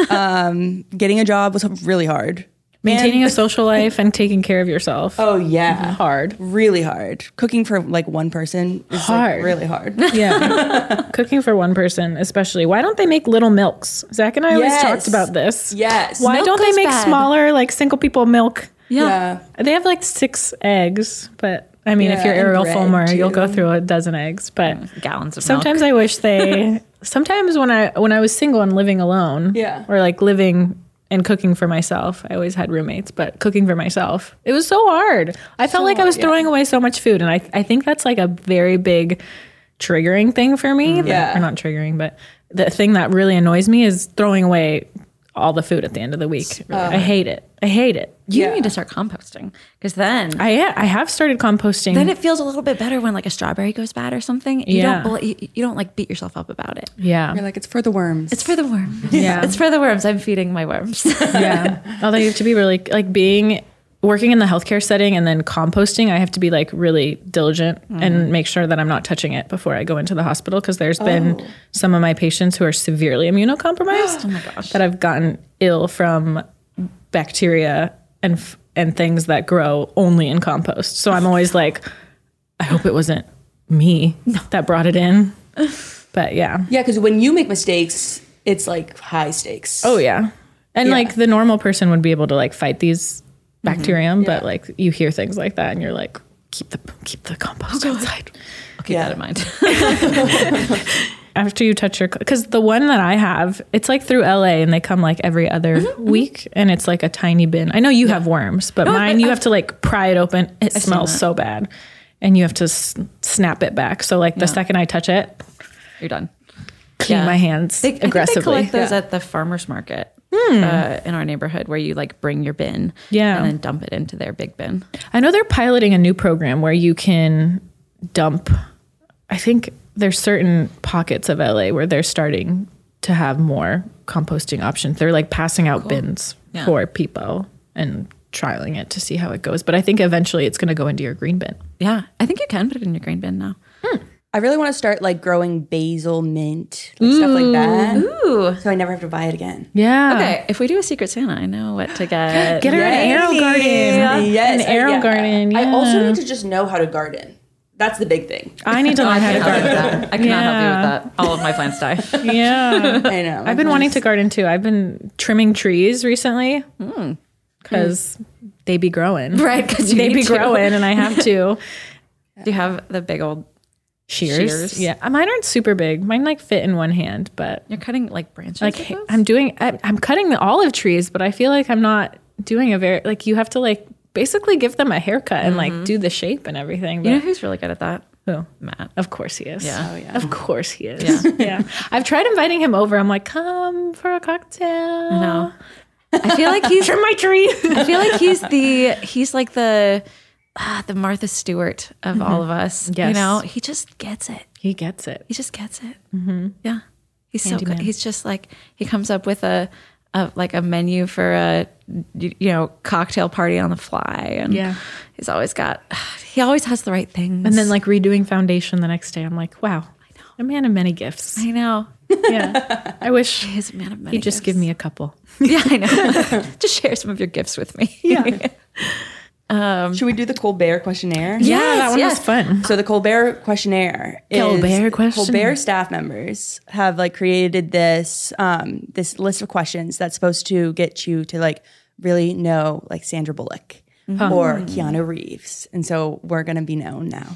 Speaker 6: um, getting a job was really hard.
Speaker 4: Maintaining a social life and taking care of yourself.
Speaker 6: Oh yeah,
Speaker 4: Hard.
Speaker 6: really hard. Cooking for like one person is
Speaker 4: Hard.
Speaker 6: like really hard.
Speaker 4: Yeah. Cooking for one person, especially. Why don't they make little milks? Zach and I
Speaker 6: Yes.
Speaker 4: always talked about this.
Speaker 6: yes.
Speaker 4: Why
Speaker 3: Milk
Speaker 4: don't they
Speaker 3: goes
Speaker 4: make
Speaker 3: bad.
Speaker 4: smaller, like single people milk?
Speaker 6: Yeah.
Speaker 4: They have like six eggs, but I mean, if
Speaker 6: Yeah,
Speaker 4: you're
Speaker 6: and
Speaker 4: Ariel
Speaker 6: bread,
Speaker 4: Fulmer, you'll
Speaker 6: too. Mm.
Speaker 4: go through a dozen eggs. But
Speaker 3: Gallons of
Speaker 4: sometimes I wish they. sometimes when I when I was single and living alone,
Speaker 6: Yeah.
Speaker 4: or like living and cooking for myself, I always had roommates. But cooking for myself, it was so hard. I felt like I was throwing away so much food, and I I think that's like a very big triggering thing for me. that-
Speaker 6: Yeah.
Speaker 4: or not triggering, but the thing that really annoys me is throwing away all the food at the end of the week. I hate it. I hate it.
Speaker 3: You need to start composting because then
Speaker 4: I I have started composting.
Speaker 3: then it feels a little bit better when like a strawberry goes bad or something. You
Speaker 4: Yeah.
Speaker 3: don't bl- you, you don't like beat yourself up about it.
Speaker 4: yeah,
Speaker 6: You're like it's for the worms.
Speaker 3: It's for the worms.
Speaker 4: Yeah.
Speaker 3: It's for the worms. I'm feeding my worms.
Speaker 4: yeah. Although you have to be really like being working in the healthcare setting and then composting. I have to be like really diligent and make sure that I'm not touching it before I go into the hospital because there's been some of my patients who are severely immunocompromised. oh my gosh. That I've gotten ill from bacteria and f- and things that grow only in compost. So I'm always like, I hope it wasn't me that brought it in. But yeah.
Speaker 6: yeah, because when you make mistakes, it's like high stakes.
Speaker 4: Oh yeah. And like the normal person would be able to like fight these
Speaker 3: Mm-hmm.
Speaker 4: bacterium, but like you hear things like that and you're like, keep the keep the compost
Speaker 3: Oh,
Speaker 4: outside.
Speaker 3: Keep that in mind.
Speaker 4: After you touch your, because the one that I have, it's like through LA and they come like every
Speaker 3: Mm-hmm,
Speaker 4: other week and it's like a tiny bin. I know you have worms, but mine you have to like pry it open. It smells so bad, and you have to s- snap it back. So like the second I touch it,
Speaker 3: You're done.
Speaker 4: clean
Speaker 3: Yeah.
Speaker 4: my hands
Speaker 3: They,
Speaker 4: aggressively. Hmm.
Speaker 3: I think they collect those at the farmers market uh, in our neighborhood, where you like bring your bin,
Speaker 4: Yeah.
Speaker 3: and then dump it into their big bin.
Speaker 4: I know they're piloting a new program where you can dump. I think there's certain pockets of LA where they're starting to have more composting options. They're like passing out bins for people and trialing it to see how it goes. But I think eventually it's going to go into your green bin.
Speaker 3: Yeah, I think you can put it in your green bin now.
Speaker 6: I really want to start like growing basil, mint, like, stuff like that. So I never have to buy it again.
Speaker 4: Yeah.
Speaker 3: Okay, if we do a Secret Santa, I know what to get.
Speaker 4: Get her an arrow garden.
Speaker 6: Yes,
Speaker 4: An arrow
Speaker 6: yeah.
Speaker 4: garden.
Speaker 6: I also
Speaker 4: yeah.
Speaker 6: need to just know how to garden. That's the big thing.
Speaker 4: I need to learn how to
Speaker 3: Help you
Speaker 4: garden.
Speaker 3: with that. I cannot help you with that. All of my plants die.
Speaker 4: Yeah.
Speaker 6: I know.
Speaker 4: Uh, I've been wanting to garden too. I've been trimming trees recently because they be growing.
Speaker 3: Hmm. right, because
Speaker 4: they be growing and I have to.
Speaker 3: Do you have the big old?
Speaker 4: Shears.
Speaker 3: Shears.
Speaker 4: Yeah. Uh, Mine aren't super big. Mine like fit in one hand, but
Speaker 3: You're cutting like branches.
Speaker 4: like
Speaker 3: with
Speaker 4: hey,
Speaker 3: those?
Speaker 4: I'm doing, I, I'm cutting the olive trees, but I feel like I'm not doing a very, like you have to like basically give them a haircut and
Speaker 3: Mm-hmm.
Speaker 4: like do the shape and everything. But
Speaker 3: you know who's really good at that?
Speaker 4: who?
Speaker 3: Matt.
Speaker 4: Of course he is. Oh,
Speaker 3: Yeah.
Speaker 4: Of course he is. Yeah. I've tried inviting him over. I'm like, come for a cocktail.
Speaker 3: No, I feel like he's
Speaker 4: Trim my tree.
Speaker 3: I feel like he's the he's like the ah, the Martha Stewart of all of us. You
Speaker 4: Mm-hmm. Yes.
Speaker 3: know, he just gets it.
Speaker 4: he gets it.
Speaker 3: He just gets it. Yeah, he's so good. He's just like he comes up with a, a like a menu for a you you know cocktail party on the fly, and
Speaker 4: Yeah.
Speaker 3: he's always got he always has the right things.
Speaker 4: And then like redoing foundation the next day. I'm like, wow. I know. A man of many gifts.
Speaker 3: I know
Speaker 4: Yeah. I wish
Speaker 3: he's a man of many.
Speaker 4: he'd just give
Speaker 3: gifts.
Speaker 4: me a couple.
Speaker 3: yeah, I know. just share some of your gifts with me. Yeah.
Speaker 6: Should we do the Colbert questionnaire?
Speaker 4: Yeah, that one
Speaker 3: yes.
Speaker 4: was fun.
Speaker 6: So the Colbert questionnaire. Is
Speaker 4: Colbert questionnaire.
Speaker 6: Colbert staff members have like created this um, this list of questions that's supposed to get you to like really know like Sandra Bullock
Speaker 4: Mm-hmm.
Speaker 6: or Keanu Reeves, and so we're gonna be known now.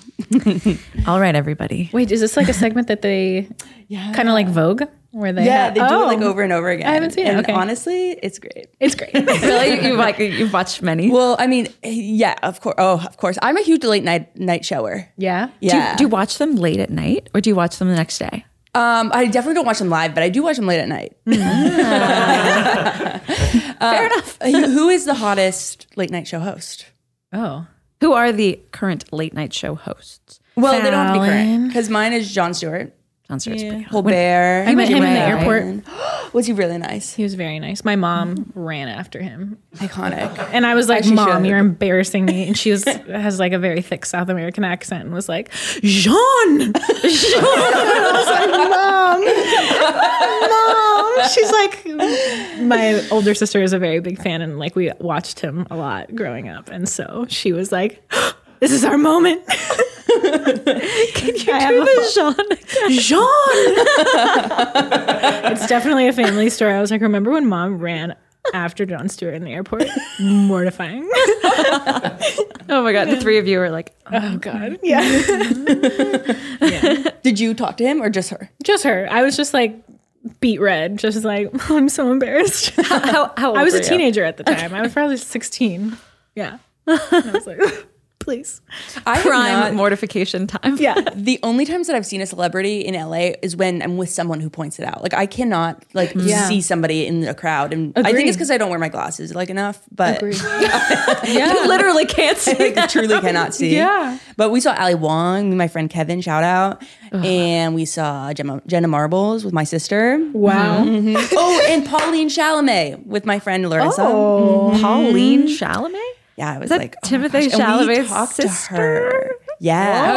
Speaker 3: All right, everybody.
Speaker 4: Wait, is this like a segment that they kind of like Vogue, where they
Speaker 6: Yeah,
Speaker 4: have-
Speaker 6: they do
Speaker 4: Oh.
Speaker 6: it like over and over again.
Speaker 4: haven't seen it.
Speaker 6: And
Speaker 4: Okay.
Speaker 6: honestly, it's great.
Speaker 4: It's great.
Speaker 3: really, you like you watched many.
Speaker 6: Well, I mean, eh, yeah, of course. Oh, of course. I'm a huge late night night shower.
Speaker 4: yeah,
Speaker 3: Do you-
Speaker 6: Yeah.
Speaker 3: Do, you watch them late at night or do you watch them the next day?
Speaker 6: Um, I definitely don't watch them live, but I do watch them late at night. Hmm. Fair enough. Uh, Who is the hottest late night show host?
Speaker 4: Oh,
Speaker 3: Who are the current late night show hosts?
Speaker 6: Well, they don't have to be
Speaker 4: Fallon.
Speaker 6: current because mine is Jon Stewart.
Speaker 3: Spencer is pretty hot.
Speaker 6: Whole bear.
Speaker 4: I met him in the airport.
Speaker 6: airport. Was he really nice?
Speaker 4: He was very nice. My mom ran after him,
Speaker 6: Iconic.
Speaker 4: and I was like,
Speaker 6: As she
Speaker 4: "Mom,
Speaker 6: should.
Speaker 4: you're embarrassing me." And she was has like a very thick South American accent, and was like, "Jean, Jean." And I was like, "Mom, mom." She's like, my older sister is a very big fan, and like we watched him a lot growing up, and so she was like. This is our moment. Can you do this, Jean? Jean! It's definitely a family story. I was like, remember when mom ran after John Stewart in the airport? Mortifying.
Speaker 3: Oh my god, the three of you are like,
Speaker 4: Oh God. Yeah.
Speaker 6: Did you talk to him or just her?
Speaker 4: Just her. I was just like beat red. Just like, I'm so embarrassed.
Speaker 3: how, how old
Speaker 4: I was
Speaker 3: were
Speaker 4: a
Speaker 3: you?
Speaker 4: teenager at the time. I was probably 16. Yeah. And I was like, please.
Speaker 6: I have
Speaker 3: Prime
Speaker 6: not-
Speaker 3: mortification time.
Speaker 4: Yeah.
Speaker 6: the only times that I've seen a celebrity in LA is when I'm with someone who points it out. Like I cannot like
Speaker 4: Yeah.
Speaker 6: see somebody in a crowd, and I think it's because I don't wear my glasses like enough. But
Speaker 3: You literally can't see.
Speaker 6: I like, truly cannot see.
Speaker 4: Yeah.
Speaker 6: But we saw Ali Wong, me and my friend Kevin, shout out, and we saw Gemma, Jenna Marbles with my sister.
Speaker 4: Wow.
Speaker 3: Mm-hmm.
Speaker 6: oh, and Pauline Chalamet with my friend Larissa. Mm-hmm.
Speaker 3: Pauline Chalamet?
Speaker 6: Yeah, I was
Speaker 3: Oh. that
Speaker 6: like oh my
Speaker 3: Timothée
Speaker 6: gosh. And we
Speaker 3: Chalamet's
Speaker 6: talked
Speaker 3: sister?
Speaker 6: to her. Yeah.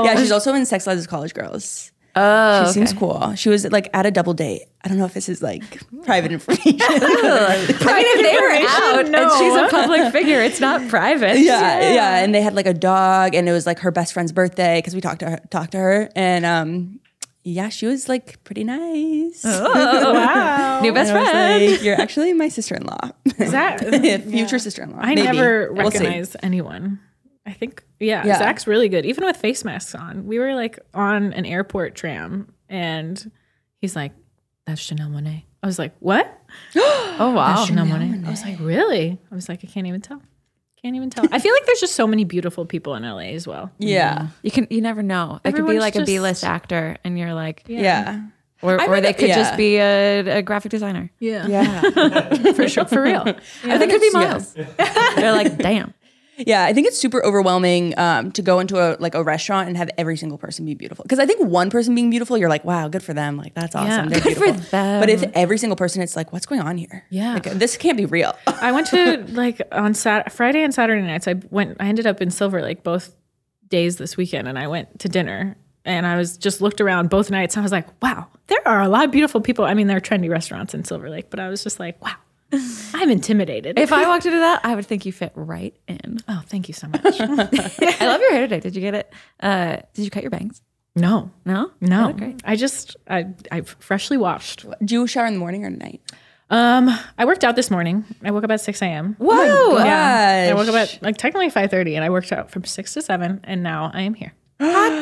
Speaker 3: Okay.
Speaker 6: Yeah, she's also in Sex Lies of College Girls.
Speaker 3: Oh,
Speaker 6: She seems cool. She was like at a double date. I don't know if this is like private information.
Speaker 3: I mean, if they were out
Speaker 4: Information?
Speaker 3: and she's a
Speaker 4: No.
Speaker 3: public figure, it's not private.
Speaker 6: yeah, yeah. And they had like a dog, and it was like her best friend's birthday because we talked to her, talked to her, and um, yeah, she was like pretty nice.
Speaker 4: Wow.
Speaker 3: New best
Speaker 6: And I was
Speaker 3: friend.
Speaker 6: like, You're actually my sister-in-law,
Speaker 4: Is that-
Speaker 6: future sister-in-law.
Speaker 4: I
Speaker 6: maybe.
Speaker 4: never
Speaker 6: We'll see.
Speaker 4: recognize anyone. I think yeah,
Speaker 6: Yeah.
Speaker 4: Zach's really good, even with face masks on. We were like on an airport tram, and he's like, "That's Chanel Monet." I was like, "What?"
Speaker 3: Oh wow.
Speaker 4: Chanel Monet. I was like, "Really?" I was like, "I can't even tell. Can't even tell." I feel like there's just so many beautiful people in LA as well.
Speaker 6: Yeah,
Speaker 3: You can you never know. They could be
Speaker 4: Everyone's
Speaker 3: like a
Speaker 4: just-
Speaker 3: B list actor and you're like
Speaker 6: yeah,
Speaker 3: or,
Speaker 6: I
Speaker 3: or
Speaker 6: read
Speaker 3: they
Speaker 6: that-
Speaker 3: could just
Speaker 6: yeah.
Speaker 3: be a, a graphic designer.
Speaker 4: Yeah,
Speaker 6: yeah,
Speaker 4: for sure, for real.
Speaker 3: Or they could be models. They're like, damn.
Speaker 6: yeah. I think it's super overwhelming um, to go into a like a restaurant and have every single person be beautiful. Because I think one person being beautiful, you're like, wow, good for them. Like that's
Speaker 4: Yeah.
Speaker 6: awesome. They're
Speaker 3: Good for
Speaker 6: beautiful.
Speaker 3: them.
Speaker 6: But if every single person, it's like, what's going on here?
Speaker 4: Yeah.
Speaker 6: Like, this can't be real.
Speaker 4: I went to like on Sat Friday and Saturday nights. I went. I ended up in Silver Lake both days this weekend, and I went to dinner. And I was just looked around both nights, and I was like, "Wow, there are a lot of beautiful people." I mean, there are trendy restaurants in Silver Lake, but I was just like, "Wow, I'm intimidated."
Speaker 3: If I walked into that, I would think you fit right in.
Speaker 4: oh, thank you so much.
Speaker 3: I love your hair today. Did you get it? Uh, did you cut your bangs?
Speaker 4: no,
Speaker 3: No?
Speaker 4: no, I just I I freshly washed.
Speaker 6: Do you shower in the morning or at night?
Speaker 4: Um, I worked out this morning. I woke up at six a.m.
Speaker 3: Whoa.
Speaker 4: Oh
Speaker 6: Yeah.
Speaker 4: I woke up at like technically five thirty, and I worked out from six to seven, and now I am here.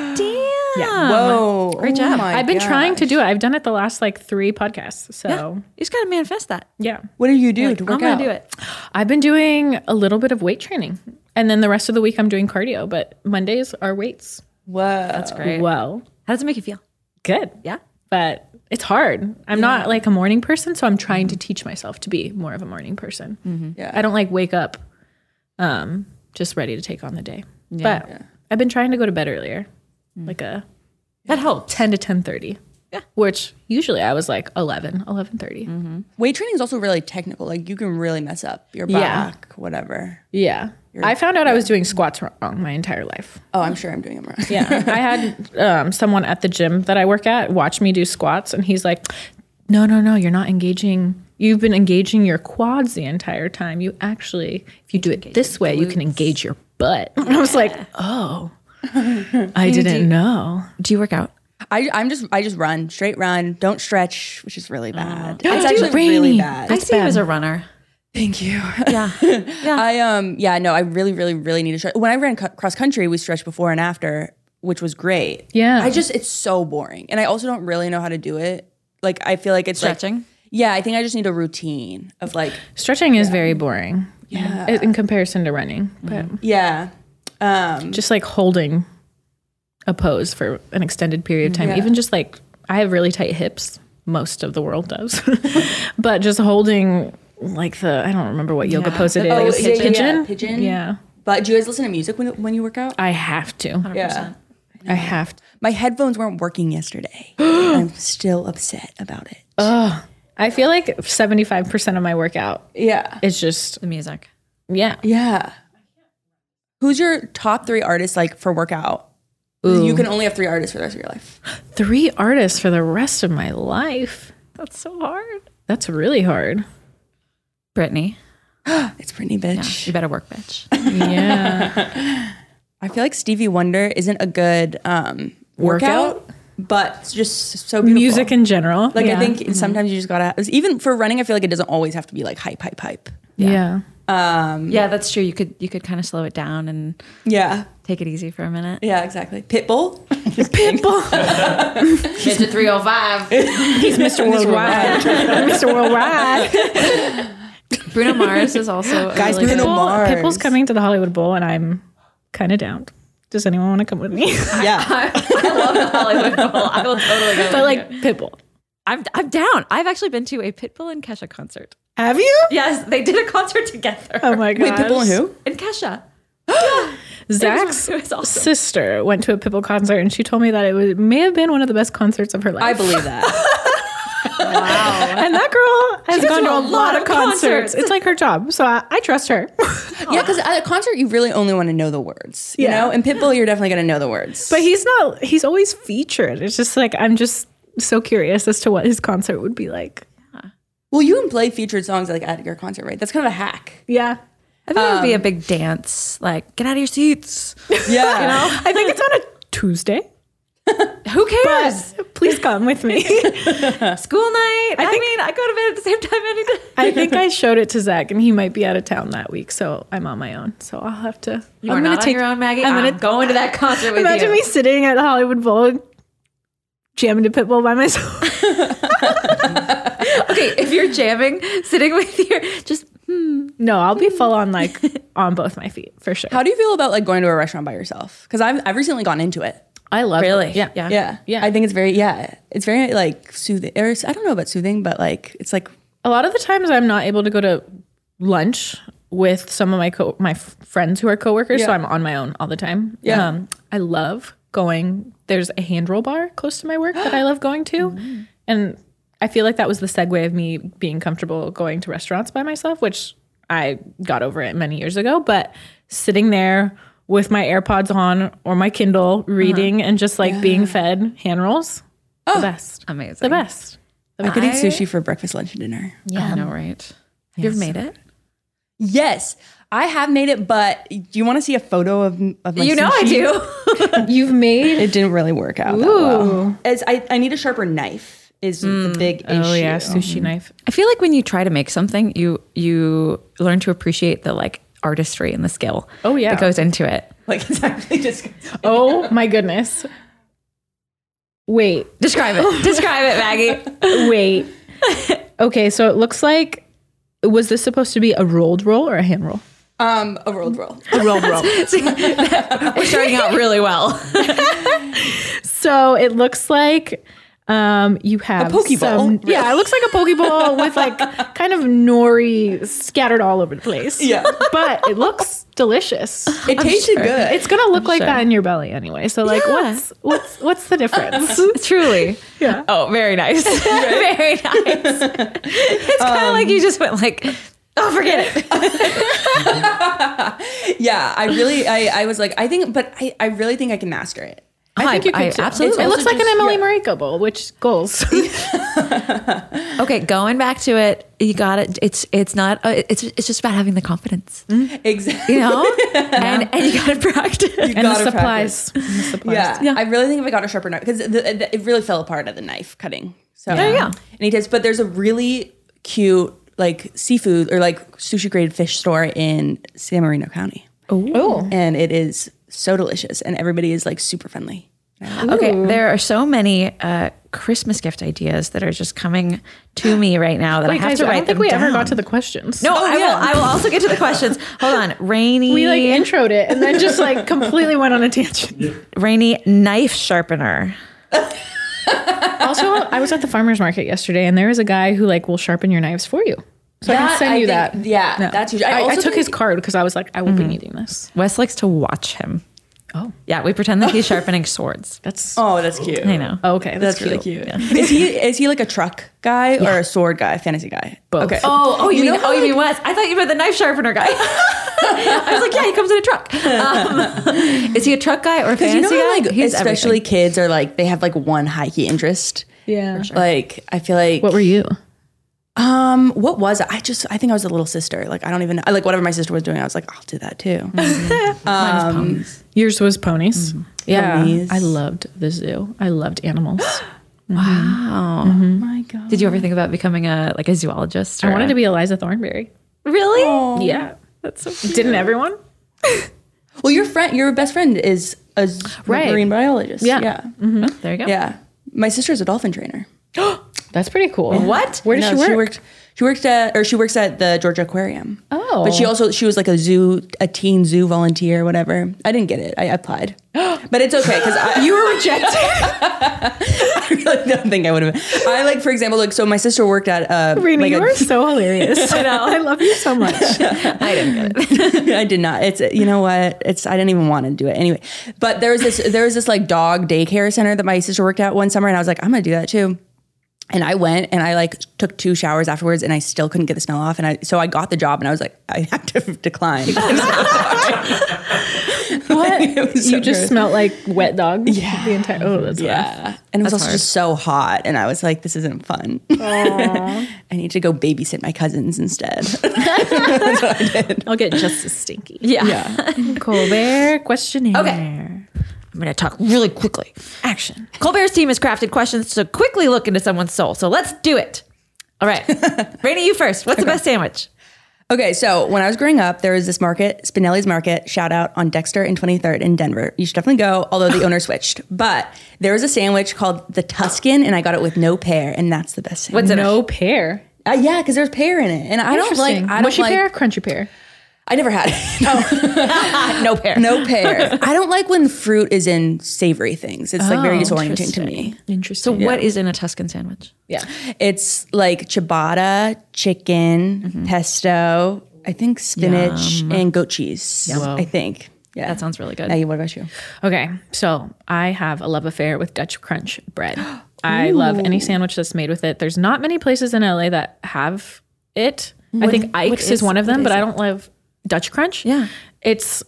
Speaker 3: Damn.
Speaker 6: Whoa. Great
Speaker 3: job.
Speaker 4: I've been trying to do it. I've done it the last like three podcasts. So
Speaker 3: You just gotta manifest that.
Speaker 4: yeah.
Speaker 6: What do you do to
Speaker 3: I'm
Speaker 6: work
Speaker 3: gonna
Speaker 6: out?
Speaker 3: do it.
Speaker 4: I've been doing a little bit of weight training. And then the rest of the week I'm doing cardio, but Mondays are weights.
Speaker 6: Whoa. That's great.
Speaker 4: Whoa.
Speaker 3: How does it make you feel?
Speaker 4: Good.
Speaker 3: Yeah.
Speaker 4: But it's hard. I'm not like a morning person, so I'm trying to teach myself to be more of a morning person.
Speaker 6: Mm-hmm. Yeah.
Speaker 4: I don't like wake up um just ready to take on the day. But I've been trying to go to bed earlier.
Speaker 6: Mm.
Speaker 4: Like uh, a
Speaker 3: That helps.
Speaker 4: 10 to 10:30. Yeah. Which usually I was like 11, 11:30.
Speaker 6: Mm-hmm. Weight training is also really technical. Like you can really mess up your
Speaker 4: Yeah.
Speaker 6: back, whatever.
Speaker 4: Yeah. I found out I was doing squats wrong my entire life.
Speaker 6: Oh, I'm sure I'm doing it wrong.
Speaker 4: Yeah. I had um, someone at the gym that I work at watch me do squats, and he's like, no, no, no, you're not engaging. You've been engaging your quads the entire time. You actually, if you do it this way, you can engage your butt. And I was like, oh, I didn't know.
Speaker 3: Do you work out?
Speaker 6: I, I'm just I just run straight run. Don't stretch, which is really bad.
Speaker 4: Oh. Don't
Speaker 6: it's
Speaker 4: do
Speaker 6: actually
Speaker 4: it.
Speaker 6: really
Speaker 4: Rainy.
Speaker 6: bad.
Speaker 3: I see you as a runner.
Speaker 6: Thank you.
Speaker 3: Yeah. Yeah.
Speaker 6: I um yeah no I really really really need to stretch. When I ran cu- cross country, we stretched before and after, which was great.
Speaker 4: Yeah.
Speaker 6: I just it's so boring, and I also don't really know how to do it. Like I feel like it's like-
Speaker 3: Stretching?
Speaker 6: yeah, I think I just need a routine of like
Speaker 4: Stretching is very boring yeah. Mm-hmm. in comparison to running, but
Speaker 6: yeah. Um,
Speaker 4: just like holding a pose for an extended period of time even just like i have really tight hips most of the world does but just holding like the i don't remember what yoga pose it is
Speaker 6: Oh,
Speaker 4: like a
Speaker 6: yeah, yeah, yeah.
Speaker 4: pigeon
Speaker 6: Pigeon?
Speaker 4: yeah
Speaker 6: but do you guys listen to music when when you work out?
Speaker 4: i have to
Speaker 6: Yeah.
Speaker 4: I have to.
Speaker 6: My headphones weren't working yesterday. I'm still upset about it.
Speaker 4: I feel like 75% of my workout
Speaker 6: yeah.
Speaker 4: is just,
Speaker 3: The music.
Speaker 4: yeah.
Speaker 6: Yeah. Who's your top three artists like for workout? You can only have three artists for the rest of your life.
Speaker 4: Three artists for the rest of my life.
Speaker 3: That's so hard.
Speaker 4: That's really hard.
Speaker 3: Brittany,
Speaker 6: It's Britney,
Speaker 3: yeah,
Speaker 6: bitch.
Speaker 3: you better work, bitch.
Speaker 4: Yeah.
Speaker 6: I feel like Stevie Wonder isn't a good um, workout, but it's just so beautiful.
Speaker 4: Music in general.
Speaker 6: like
Speaker 4: yeah.
Speaker 6: I think sometimes you just gotta even for running. I feel like it doesn't always have to be like hype, hype, hype. Um,
Speaker 4: Yeah.
Speaker 3: yeah, that's true. You could you could kind of slow it down and
Speaker 6: Yeah,
Speaker 3: take it easy for a minute.
Speaker 6: yeah, exactly. Pitbull.
Speaker 3: It's a 305.
Speaker 4: He's Mr. Worldwide. Mr. Worldwide.
Speaker 3: Bruno Mars is also a
Speaker 6: Guys,
Speaker 3: really
Speaker 6: Bruno
Speaker 3: good-
Speaker 6: Mars.
Speaker 4: Pitbull's coming to the Hollywood Bowl, and I'm kind of down. Does anyone want to come with me?
Speaker 6: Yeah,
Speaker 3: I love the Hollywood Bowl. I will totally go.
Speaker 4: but like Pitbull.
Speaker 3: I'm I'm down. I've actually been to a Pitbull and Kesha concert.
Speaker 4: Have you?
Speaker 3: Yes, they did a concert together.
Speaker 4: Oh my god.
Speaker 6: Pitbull and who?
Speaker 3: and Kesha.
Speaker 4: Zach's
Speaker 3: It was awesome.
Speaker 4: sister went to a Pitbull concert, and she told me that it was, may have been one of the best concerts of her life.
Speaker 6: I believe that.
Speaker 4: and that girl has gone
Speaker 3: to
Speaker 4: to
Speaker 3: a
Speaker 4: a
Speaker 3: lot
Speaker 4: lot
Speaker 3: of
Speaker 4: of concerts.
Speaker 3: concerts.
Speaker 4: It's like her job, so I, I trust her.
Speaker 6: yeah, because at a concert you really only want to know the words, you know. And Pitbull, you're definitely gonna know the words.
Speaker 4: but he's not. He's always featured. It's just like I'm just so curious as to what his concert would be like.
Speaker 6: well, you can play featured songs like at your concert, right? That's kind of a hack.
Speaker 4: Yeah.
Speaker 3: I think it would be a big dance. Like, get out of your seats.
Speaker 6: Yeah,
Speaker 4: I think it's on a Tuesday.
Speaker 3: Who cares?
Speaker 4: Please come with me.
Speaker 3: School night. I,
Speaker 4: think-
Speaker 3: mean, I go to bed at the same time any day.
Speaker 4: I think I showed it to Zach, and he might be out of town that week, so I'm on my own. So I'll have to.
Speaker 3: You
Speaker 4: I'm
Speaker 3: are
Speaker 4: gonna
Speaker 3: not on your own, Maggie. I'm,
Speaker 4: I'm gonna-
Speaker 3: going to that concert with
Speaker 4: Imagine
Speaker 3: you.
Speaker 4: me sitting at the Hollywood Bowl, and jamming to Pitbull by myself.
Speaker 3: Okay, if you're jamming, sitting with your just
Speaker 4: no, I'll be full on like on both my feet for sure.
Speaker 6: How do you feel about like going to a restaurant by yourself? Because I've I've recently gone into it.
Speaker 4: I love
Speaker 3: Really?
Speaker 4: Yeah,
Speaker 3: Yeah.
Speaker 6: Yeah,
Speaker 4: Yeah.
Speaker 6: I think it's very yeah. It's very like soothing. Or, I don't know about soothing, but like it's like
Speaker 4: A lot of the times I'm not able to go to lunch with some of my co- my f- friends who are coworkers, so
Speaker 6: Yeah.
Speaker 4: I'm on my own all the time.
Speaker 6: Yeah.
Speaker 4: um, I love going. There's a hand roll bar close to my work that I love going to,
Speaker 3: Mm.
Speaker 4: and I feel like that was the segue of me being comfortable going to restaurants by myself, which I got over it many years ago. But sitting there with my AirPods on or my Kindle
Speaker 3: Uh-huh.
Speaker 4: reading and just like being fed hand rolls, the best,
Speaker 3: Oh. amazing.
Speaker 4: the best.
Speaker 6: I could eat sushi for breakfast, lunch, and dinner.
Speaker 3: Yeah, I know, right? Oh, You've made it.
Speaker 6: Yes, I have made it, but do you want to see a photo of, of my
Speaker 3: You know I
Speaker 6: sushi?
Speaker 3: do.
Speaker 4: You've made
Speaker 6: It didn't really work out. That well. As I, I need a sharper knife is the big issue.
Speaker 4: Oh yeah, sushi
Speaker 3: Mm-hmm.
Speaker 4: knife.
Speaker 3: I feel like when you try to make something, you you learn to appreciate the like artistry and the skill.
Speaker 4: Oh, yeah.
Speaker 3: that goes into it.
Speaker 6: Like it's actually just
Speaker 4: Oh my goodness. Wait,
Speaker 3: Describe it. Describe it, Maggie.
Speaker 4: wait. Okay, so it looks like was this supposed to be a rolled roll or a hand roll?
Speaker 6: um a rolled roll.
Speaker 4: A rolled roll.
Speaker 3: We're starting out really well.
Speaker 4: so it looks like um, you have
Speaker 6: Poke Bowl,
Speaker 4: some- Yeah, it looks like a pokeball with like kind of nori scattered all over the place.
Speaker 6: Yeah.
Speaker 4: but it looks delicious.
Speaker 6: It tasted good.
Speaker 4: It's gonna look like that in your belly anyway. So like,
Speaker 3: Yeah.
Speaker 4: what's what's what's the difference?
Speaker 3: Truly.
Speaker 4: Yeah.
Speaker 3: Oh, very nice. very nice. Um, It's kind of like you just went like, oh, forget it.
Speaker 6: yeah, I really I, I was like I think but I, I really think I can master it.
Speaker 3: I think you could
Speaker 4: too.
Speaker 3: absolutely.
Speaker 4: It looks like an
Speaker 6: just-
Speaker 4: Emily
Speaker 6: yeah.
Speaker 4: Mariko bowl, which goals.
Speaker 3: okay, going back to it, you got it. It's it's not. Uh, it's it's just about having the confidence, you
Speaker 6: Exactly.
Speaker 3: know. And and you got to practice.
Speaker 4: and the
Speaker 6: Gotta
Speaker 4: supplies. And the supplies.
Speaker 6: Yeah, I really think if I got a sharper knife, because the, the, it really fell apart at the knife cutting. So
Speaker 3: Yeah, yeah.
Speaker 6: and he does. But there's a really cute like seafood or like sushi grade fish store in San Marino County,
Speaker 4: Oh,
Speaker 6: and it is so delicious, and everybody is like super friendly.
Speaker 3: Okay, there are so many uh, Christmas gift ideas that are just coming to me right now that I
Speaker 4: wait,
Speaker 3: have
Speaker 4: guys,
Speaker 3: to write
Speaker 4: I don't think
Speaker 3: them
Speaker 4: we
Speaker 3: down.
Speaker 4: ever got to the questions.
Speaker 3: No,
Speaker 6: Oh,
Speaker 3: I
Speaker 6: yeah.
Speaker 3: will. I will also get to the questions. Hold on, rainy.
Speaker 4: we like introed it and then just like completely went on a tangent.
Speaker 3: rainy knife sharpener.
Speaker 4: Also, I was at the farmers market yesterday, and there is a guy who like will sharpen your knives for you. So I can
Speaker 6: That,
Speaker 4: send
Speaker 6: I
Speaker 4: you
Speaker 6: think-
Speaker 4: that.
Speaker 6: yeah, that's usually-
Speaker 4: I,
Speaker 6: I
Speaker 4: I,
Speaker 6: also
Speaker 4: took
Speaker 6: think-
Speaker 4: Mm-hmm. his card because I was like, I will be needing this.
Speaker 3: Wes likes to watch him.
Speaker 4: Oh,
Speaker 3: Yeah, we pretend that he's sharpening swords.
Speaker 4: that's
Speaker 6: Oh, that's cute.
Speaker 3: I know.
Speaker 4: okay. That's,
Speaker 6: That's,
Speaker 4: cute.
Speaker 6: really cute. Is he is he like a truck guy or a sword guy, fantasy guy?
Speaker 4: Both.
Speaker 6: Okay.
Speaker 3: Oh, oh, you,
Speaker 6: You
Speaker 3: mean
Speaker 6: know
Speaker 3: oh, you mean Wes? I thought you meant the knife sharpener guy. I was like, yeah, he comes in a truck. Um, is he a truck guy or a
Speaker 6: Because
Speaker 3: fantasy
Speaker 6: you know how,
Speaker 3: guy?
Speaker 6: like
Speaker 3: He's
Speaker 6: especially
Speaker 3: everything.
Speaker 6: kids are like they have like one high key interest.
Speaker 4: Yeah.
Speaker 6: Like I feel like
Speaker 4: What were you?
Speaker 6: um what was it? I just I think I was a little sister. Like I don't even know. like whatever my sister was doing. I was like I'll do that too.
Speaker 4: Yours was ponies. Mm-hmm. Yeah.
Speaker 6: Ponies.
Speaker 4: I loved the zoo. I loved animals.
Speaker 3: Wow.
Speaker 6: my god.
Speaker 3: Mm-hmm. Did you ever think about becoming a like a zoologist? Or
Speaker 4: I wanted to be Eliza Thornberry.
Speaker 3: really.
Speaker 4: Yeah. That's so Didn't everyone?
Speaker 6: Well, your friend, your best friend is a z-
Speaker 4: Right.
Speaker 6: marine biologist.
Speaker 4: Yeah.
Speaker 6: yeah, Mm-hmm.
Speaker 3: There you go.
Speaker 6: yeah. My sister's a dolphin trainer.
Speaker 4: That's pretty cool.
Speaker 3: What?
Speaker 4: Where does
Speaker 6: No,
Speaker 4: she work?
Speaker 6: She worked. She worked at, or she works at the Georgia Aquarium.
Speaker 4: Oh.
Speaker 6: but she also she was like a zoo, a teen zoo volunteer, whatever. I didn't get it. I applied, but it's okay because you were rejected. I really don't think I would have. I like, for example, like so. My sister worked at uh,
Speaker 4: Raina,
Speaker 6: like
Speaker 4: you
Speaker 6: a-
Speaker 4: are so hilarious. I know. I love you so much.
Speaker 3: I didn't get it.
Speaker 6: I did not. It's you know what? It's I didn't even want to do it anyway. But there was this there was this like dog daycare center that my sister worked at one summer, and I was like, I'm gonna do that too. And I went and I like took two showers afterwards, and I still couldn't get the smell off. And I so I got the job, and I was like, I have to decline. what?
Speaker 4: you just smelled like wet dog. Yeah. The entire. Oh, that's rough.
Speaker 6: yeah, and it was also just so hot, and I was like, this isn't fun. I need to go babysit my cousins instead.
Speaker 4: I'll get just as stinky.
Speaker 3: Yeah.
Speaker 4: Colbert questionnaire.
Speaker 3: Okay. I'm going to talk really quickly. Action. Colbert's team has crafted questions to quickly look into someone's soul. So let's do it. All right. Raina, you first. What's the best sandwich?
Speaker 6: Okay, so when I was growing up, there was this market, Spinelli's Market, shout out on Dexter and 23rd in Denver. You should definitely go, although the owner switched. But there was a sandwich called the Tuscan, and I got it with no pear, and that's the best sandwich.
Speaker 3: What's in it?
Speaker 4: No pear.
Speaker 6: Uh, yeah, because there's pear in it, and I don't like.
Speaker 4: Interesting.
Speaker 6: I don't
Speaker 4: Mushy
Speaker 6: like.
Speaker 4: pear, or crunchy pear.
Speaker 6: I never had it.
Speaker 3: No pear.
Speaker 6: no pear. I don't like when fruit is in savory things. It's like very disorienting to me.
Speaker 4: Interesting.
Speaker 3: So what is in a Tuscan sandwich?
Speaker 4: yeah.
Speaker 6: It's like ciabatta, chicken,
Speaker 3: Mm-hmm.
Speaker 6: pesto. I think spinach and goat cheese. I think. Yeah,
Speaker 3: That sounds really good.
Speaker 6: Maggie, what about you?
Speaker 4: Okay, so I have a love affair with Dutch Crunch bread. I love any sandwich that's made with it. There's not many places in LA that have it. I think Ike's is, one of them, but I don't love Dutch Crunch.
Speaker 3: Yeah.
Speaker 4: it's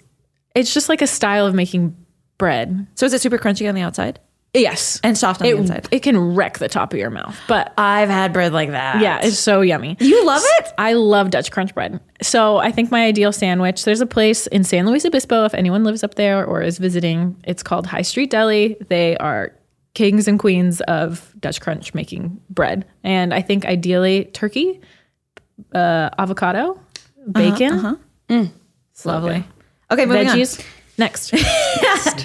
Speaker 4: it's just like a style of making bread.
Speaker 3: So is it super crunchy on the outside
Speaker 4: Yes,
Speaker 3: and soft on the inside?
Speaker 4: it, it can wreck the top of your mouth, but
Speaker 3: I've had bread like that.
Speaker 4: yeah, it's so yummy.
Speaker 3: You love it?
Speaker 4: I love Dutch crunch bread. So I think my ideal sandwich, there's a place in San Luis Obispo, if anyone lives up there or is visiting, it's called High Street Deli. They are kings and queens of Dutch crunch making bread. And I think ideally turkey, uh, avocado, bacon,
Speaker 3: Uh-huh, Mm, It's lovely. Okay, moving
Speaker 4: veggies. Next.
Speaker 3: on.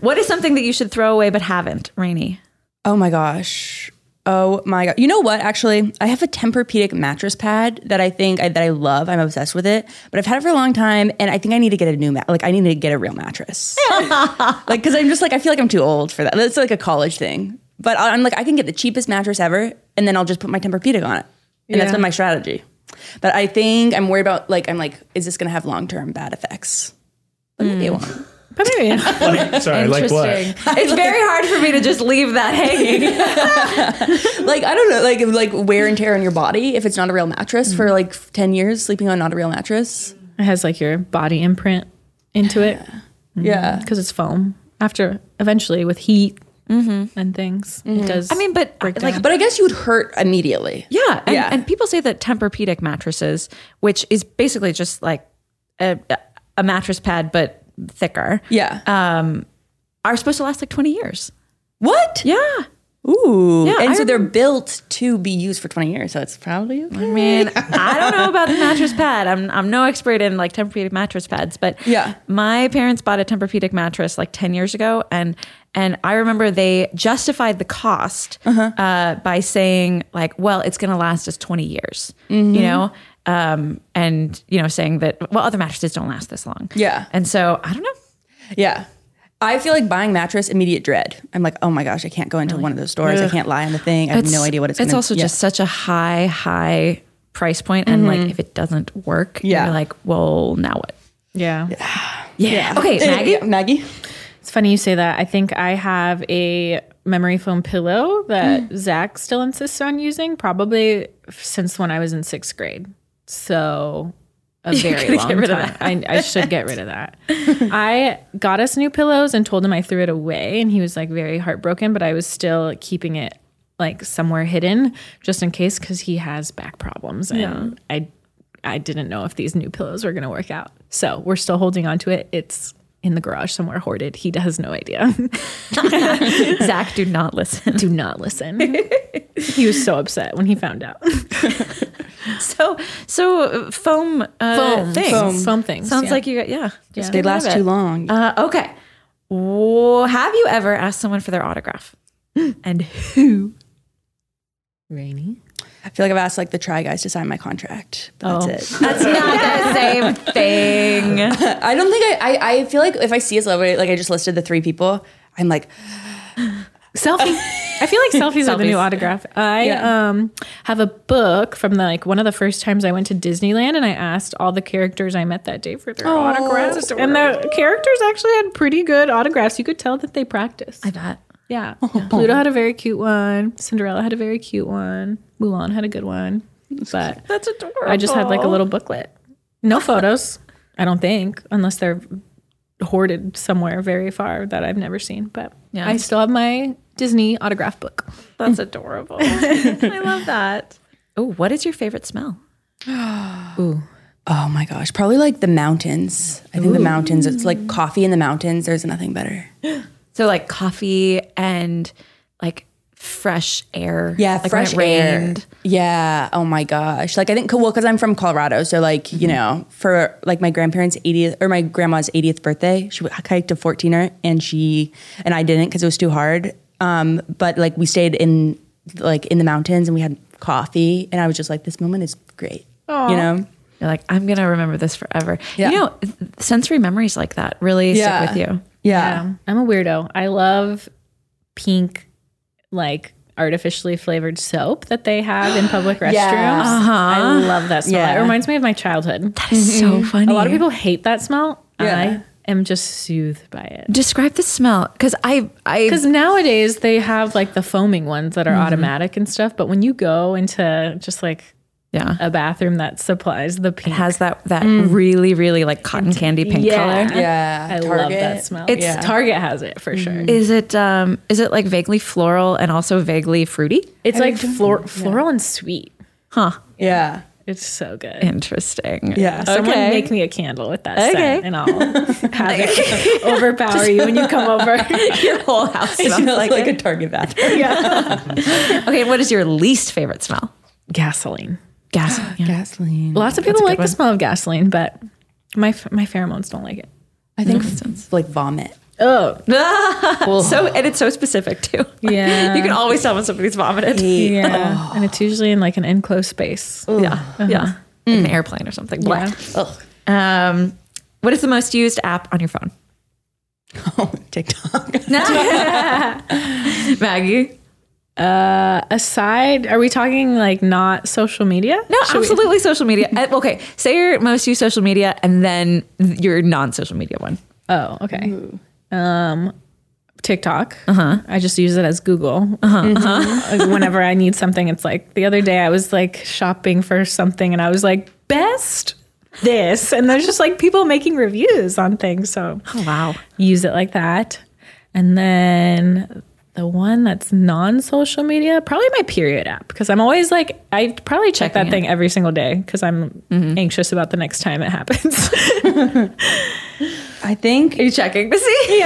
Speaker 3: What is something that you should throw away but haven't, Rainy?
Speaker 6: Oh my gosh. Oh my god. You know what? Actually, I have a Tempur-Pedic mattress pad that I think I, that I love. I'm obsessed with it, but I've had it for a long time, and I think I need to get a new mat. Like I need to get a real mattress. like because I'm just like I feel like I'm too old for that. That's like a college thing. But I- I'm like I can get the cheapest mattress ever, and then I'll just put my Tempur-Pedic on it, and that's
Speaker 4: Yeah.
Speaker 6: been my strategy. But I think I'm worried about like I'm like, is this gonna have long term bad effects? Like, it won't.
Speaker 4: But maybe.
Speaker 5: Sorry, like what?
Speaker 3: It's very hard for me to just leave that hanging.
Speaker 6: like I don't know, like like wear and tear on your body if it's not a real mattress for like ten years sleeping on not a real mattress.
Speaker 4: It has like your body imprint into it
Speaker 3: Mm-hmm.
Speaker 6: Yeah,
Speaker 4: because it's foam. After eventually with heat and things, it does.
Speaker 3: Mm-hmm. I mean, but like
Speaker 6: but I guess you would hurt immediately.
Speaker 3: Yeah, and,
Speaker 6: Yeah.
Speaker 3: and people say that Tempur-Pedic mattresses, which is basically just like a, a mattress pad but thicker,
Speaker 6: Yeah.
Speaker 3: Uh, are supposed to last like twenty years.
Speaker 6: what?
Speaker 3: Yeah,
Speaker 6: Ooh.
Speaker 3: Yeah,
Speaker 6: and
Speaker 3: I
Speaker 6: so they're built to be used for twenty years, so it's probably okay.
Speaker 3: I mean, I don't know about the mattress pad. I'm I'm no expert in like Tempur-Pedic mattress pads, but
Speaker 6: Yeah.
Speaker 3: my parents bought a Tempur-Pedic mattress like ten years ago, and and I remember they justified the cost
Speaker 6: Uh-huh.
Speaker 3: uh, by saying like, well, it's going to last us twenty years,
Speaker 6: Mm-hmm.
Speaker 3: you know. Um, and you know, saying that well, other mattresses don't last this long.
Speaker 6: Yeah.
Speaker 3: and so I don't know.
Speaker 6: Yeah. I feel like buying mattress immediate dread. I'm like, oh my gosh, I can't go into one of those stores. I can't lie on the thing. I have no idea what it's.
Speaker 3: It's
Speaker 6: gonna,
Speaker 3: also
Speaker 6: yeah.
Speaker 3: just such a high, high price point, and like if it doesn't work,
Speaker 6: Mm-hmm. Yeah.
Speaker 3: you're like, well, now what?
Speaker 4: yeah.
Speaker 3: Yeah. Okay,
Speaker 6: Yeah,
Speaker 3: Maggie.
Speaker 6: Maggie.
Speaker 4: It's funny you say that. I think I have a memory foam pillow that
Speaker 3: Mm.
Speaker 4: Zach still insists on using, probably since when I was in sixth grade. So a very long time. I, I should get rid of that. I got us new pillows and told him I threw it away, and he was like very heartbroken. But I was still keeping it like somewhere hidden just in case because he has back problems, and I I didn't know if these new pillows were going to work out. So we're still holding on to it. It's in the garage somewhere hoarded. He has no idea.
Speaker 3: Zach, do not listen.
Speaker 4: Do not listen. he was so upset when he found out.
Speaker 3: So, so uh, foam, uh, things.
Speaker 4: Foam, foam things.
Speaker 3: Sounds
Speaker 4: yeah.
Speaker 3: like you got, yeah. Just get rid
Speaker 6: They
Speaker 3: of
Speaker 6: last
Speaker 3: it.
Speaker 6: too long.
Speaker 3: Uh, okay. Whoa, have you ever asked someone for their autograph? and who?
Speaker 4: rainy.
Speaker 6: I feel like I've asked like the try guys to sign my contract. But
Speaker 3: Oh.
Speaker 6: That's it.
Speaker 3: That's not the same thing.
Speaker 6: I don't think I, I. I feel like if I see a celebrity, like I just listed the three people, I'm like,
Speaker 4: Selfie. I feel like selfies are the new autograph. I
Speaker 6: Yeah.
Speaker 4: um, have a book from the, like one of the first times I went to Disneyland, and I asked all the characters I met that day for their autographs, and the characters actually had pretty good autographs. You could tell that they practiced.
Speaker 3: I bet.
Speaker 4: yeah, Pluto had a very cute one. Cinderella had a very cute one. Mulan had a good one, but
Speaker 3: That's adorable.
Speaker 4: I just had like a little booklet. No photos, I don't think, unless they're hoarded somewhere very far that I've never seen. But
Speaker 3: Yeah.
Speaker 4: I still have my Disney autograph book.
Speaker 3: That's adorable. I love that. Oh, what is your favorite smell?
Speaker 6: oh my gosh, probably like the mountains. I think the mountains. It's like coffee in the mountains. There's nothing better.
Speaker 3: So like coffee and like fresh air.
Speaker 6: Yeah,
Speaker 3: like
Speaker 6: fresh
Speaker 3: when it
Speaker 6: air.
Speaker 3: rained.
Speaker 6: Yeah. Oh my gosh. Like I think well, because I'm from Colorado, so like you know, for like my grandparents' 80th or my grandma's 80th birthday, she hiked a 14er, and she and I didn't because it was too hard. Um, but like we stayed in like in the mountains, and we had coffee, and I was just like, this moment is great. You know.
Speaker 3: You're like, I'm gonna remember this forever.
Speaker 6: Yeah.
Speaker 3: You know, sensory memories like that really
Speaker 6: Yeah.
Speaker 3: stick with you.
Speaker 6: Yeah.
Speaker 4: I'm a weirdo. I love pink, like artificially flavored soap that they have in public restrooms. I love that smell.
Speaker 6: Yeah.
Speaker 4: It reminds me of my childhood.
Speaker 3: That is so funny.
Speaker 4: A lot of people hate that smell.
Speaker 6: Yeah.
Speaker 4: I am just soothed by it.
Speaker 3: describe the smell because I I
Speaker 4: Because nowadays they have like the foaming ones that are automatic and stuff, but when you go into just like
Speaker 3: yeah
Speaker 4: a bathroom that supplies the pink,
Speaker 3: has that that really really like cotton candy pink
Speaker 4: yeah,
Speaker 3: color.
Speaker 6: Yeah,
Speaker 4: I love that
Speaker 6: Target.
Speaker 4: smell. It's
Speaker 3: It's-
Speaker 4: Target has it for sure.
Speaker 3: Is it um is it like vaguely floral and also vaguely fruity?
Speaker 4: It's like flor- floral and sweet.
Speaker 3: Huh.
Speaker 6: Yeah.
Speaker 4: It's so good.
Speaker 3: Interesting.
Speaker 6: Yeah.
Speaker 4: Someone
Speaker 3: Okay.
Speaker 4: make me a candle with that
Speaker 3: Okay.
Speaker 4: scent, and I'll have it overpower you when you come over.
Speaker 3: Your whole house smells like,
Speaker 6: like
Speaker 3: it.
Speaker 6: a Target bathroom.
Speaker 3: Okay, what is your least favorite smell?
Speaker 4: Gasoline.
Speaker 3: Gasoline.
Speaker 6: Gasoline.
Speaker 4: Lots of people like the smell of gasoline, but my ph- my pheromones don't like it.
Speaker 6: I think like vomit.
Speaker 4: Oh,
Speaker 3: So and it's so specific too.
Speaker 4: Yeah.
Speaker 3: you can always tell when somebody's vomited.
Speaker 4: yeah, and it's usually in like an enclosed space.
Speaker 3: Yeah, yeah, in an airplane or something. Blah. Um, what is the most used app on your phone,
Speaker 6: Oh, TikTok.
Speaker 3: Maggie?
Speaker 4: Uh, Aside, are we talking like not social media?
Speaker 3: No, absolutely social media. Uh, Okay, say your most used social media and then th- your non-social media one.
Speaker 4: Oh, okay. Um, TikTok. Uh huh. I just use it as Google. Uh huh. Whenever I need something, it's like the other day I was like shopping for something and I was like, best this. And there's just like people making reviews on things. So
Speaker 3: Wow.
Speaker 4: use it like that. And then the one that's non social media, probably my period app, because I'm always like, I probably check that thing every single day because I'm anxious about the next time it happens.
Speaker 6: I think
Speaker 3: Are you checking to see?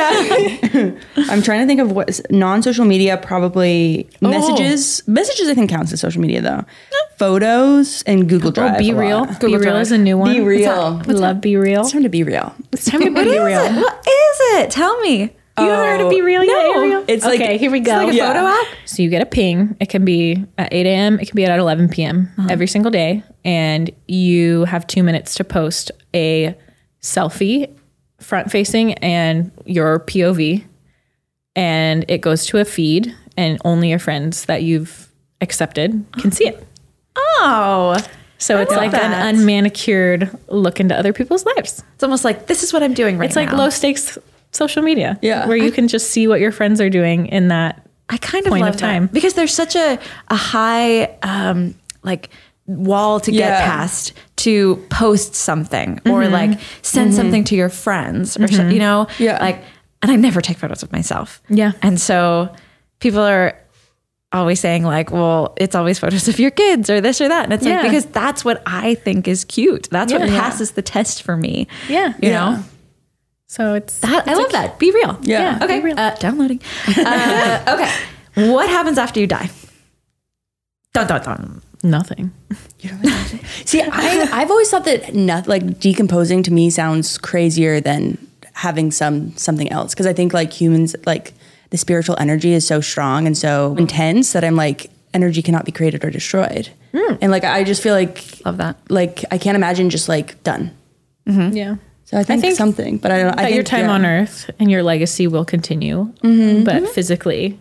Speaker 6: I'm trying to think of what non-social media probably messages. Messages I think counts as social media though. Photos and Google Drive.
Speaker 4: oh, be
Speaker 6: a
Speaker 4: real.
Speaker 6: lot.
Speaker 4: Be real is a new one.
Speaker 6: Be real.
Speaker 4: We love Be Real.
Speaker 6: It's time to be real.
Speaker 4: It's time to
Speaker 3: What
Speaker 4: be
Speaker 3: is it?
Speaker 4: real.
Speaker 3: What is it? Tell me. You haven't heard of Be Real yet?
Speaker 4: No.
Speaker 3: Ariel?
Speaker 6: It's like-
Speaker 4: okay, here we go.
Speaker 3: Like a
Speaker 6: Yeah.
Speaker 3: photo app?
Speaker 4: So you get a ping. It can be at 8 a.m. It can be at 11 p.m. every single day. And you have two minutes to post a selfie, front facing, and your POV. And it goes to a feed, and only your friends that you've accepted can see it.
Speaker 3: Oh.
Speaker 4: So it's like
Speaker 3: that.
Speaker 4: an unmanicured look into other people's lives.
Speaker 3: It's almost like this is what I'm doing right
Speaker 4: It's like
Speaker 3: now.
Speaker 4: low stakes social media.
Speaker 6: Yeah.
Speaker 4: Where you can just see what your friends are doing in that.
Speaker 3: I kind of
Speaker 4: Point
Speaker 3: love
Speaker 4: of
Speaker 3: that.
Speaker 4: time.
Speaker 3: because there's such a a high um, like wall to get
Speaker 6: Yeah.
Speaker 3: past to post something or like send something to your friends or so, you know
Speaker 6: Yeah.
Speaker 3: like and I never take photos of myself
Speaker 4: Yeah.
Speaker 3: and so people are always saying like well it's always photos of your kids or this or that and it's
Speaker 4: Yeah.
Speaker 3: like because that's what I think is cute that's what
Speaker 4: Yeah.
Speaker 3: passes the test for me
Speaker 4: Yeah.
Speaker 3: you know
Speaker 4: So it's
Speaker 3: that I love that be real
Speaker 6: Yeah.
Speaker 4: Yeah.
Speaker 3: Okay.
Speaker 4: Be real.
Speaker 3: Uh, downloading. Uh, okay. What happens after you die? Dun dun dun.
Speaker 4: nothing.
Speaker 6: See, I, I've always thought that not, like decomposing to me sounds crazier than having some something else because I think like humans like the spiritual energy is so strong and so intense that I'm like energy cannot be created or destroyed, and like I just feel like
Speaker 3: Love that.
Speaker 6: like I can't imagine just like done.
Speaker 4: Mm-hmm. Yeah.
Speaker 6: So I think,
Speaker 4: think
Speaker 6: something, but I don't. I
Speaker 4: That
Speaker 6: think,
Speaker 4: your time
Speaker 6: yeah.
Speaker 4: on earth and your legacy will continue, but physically,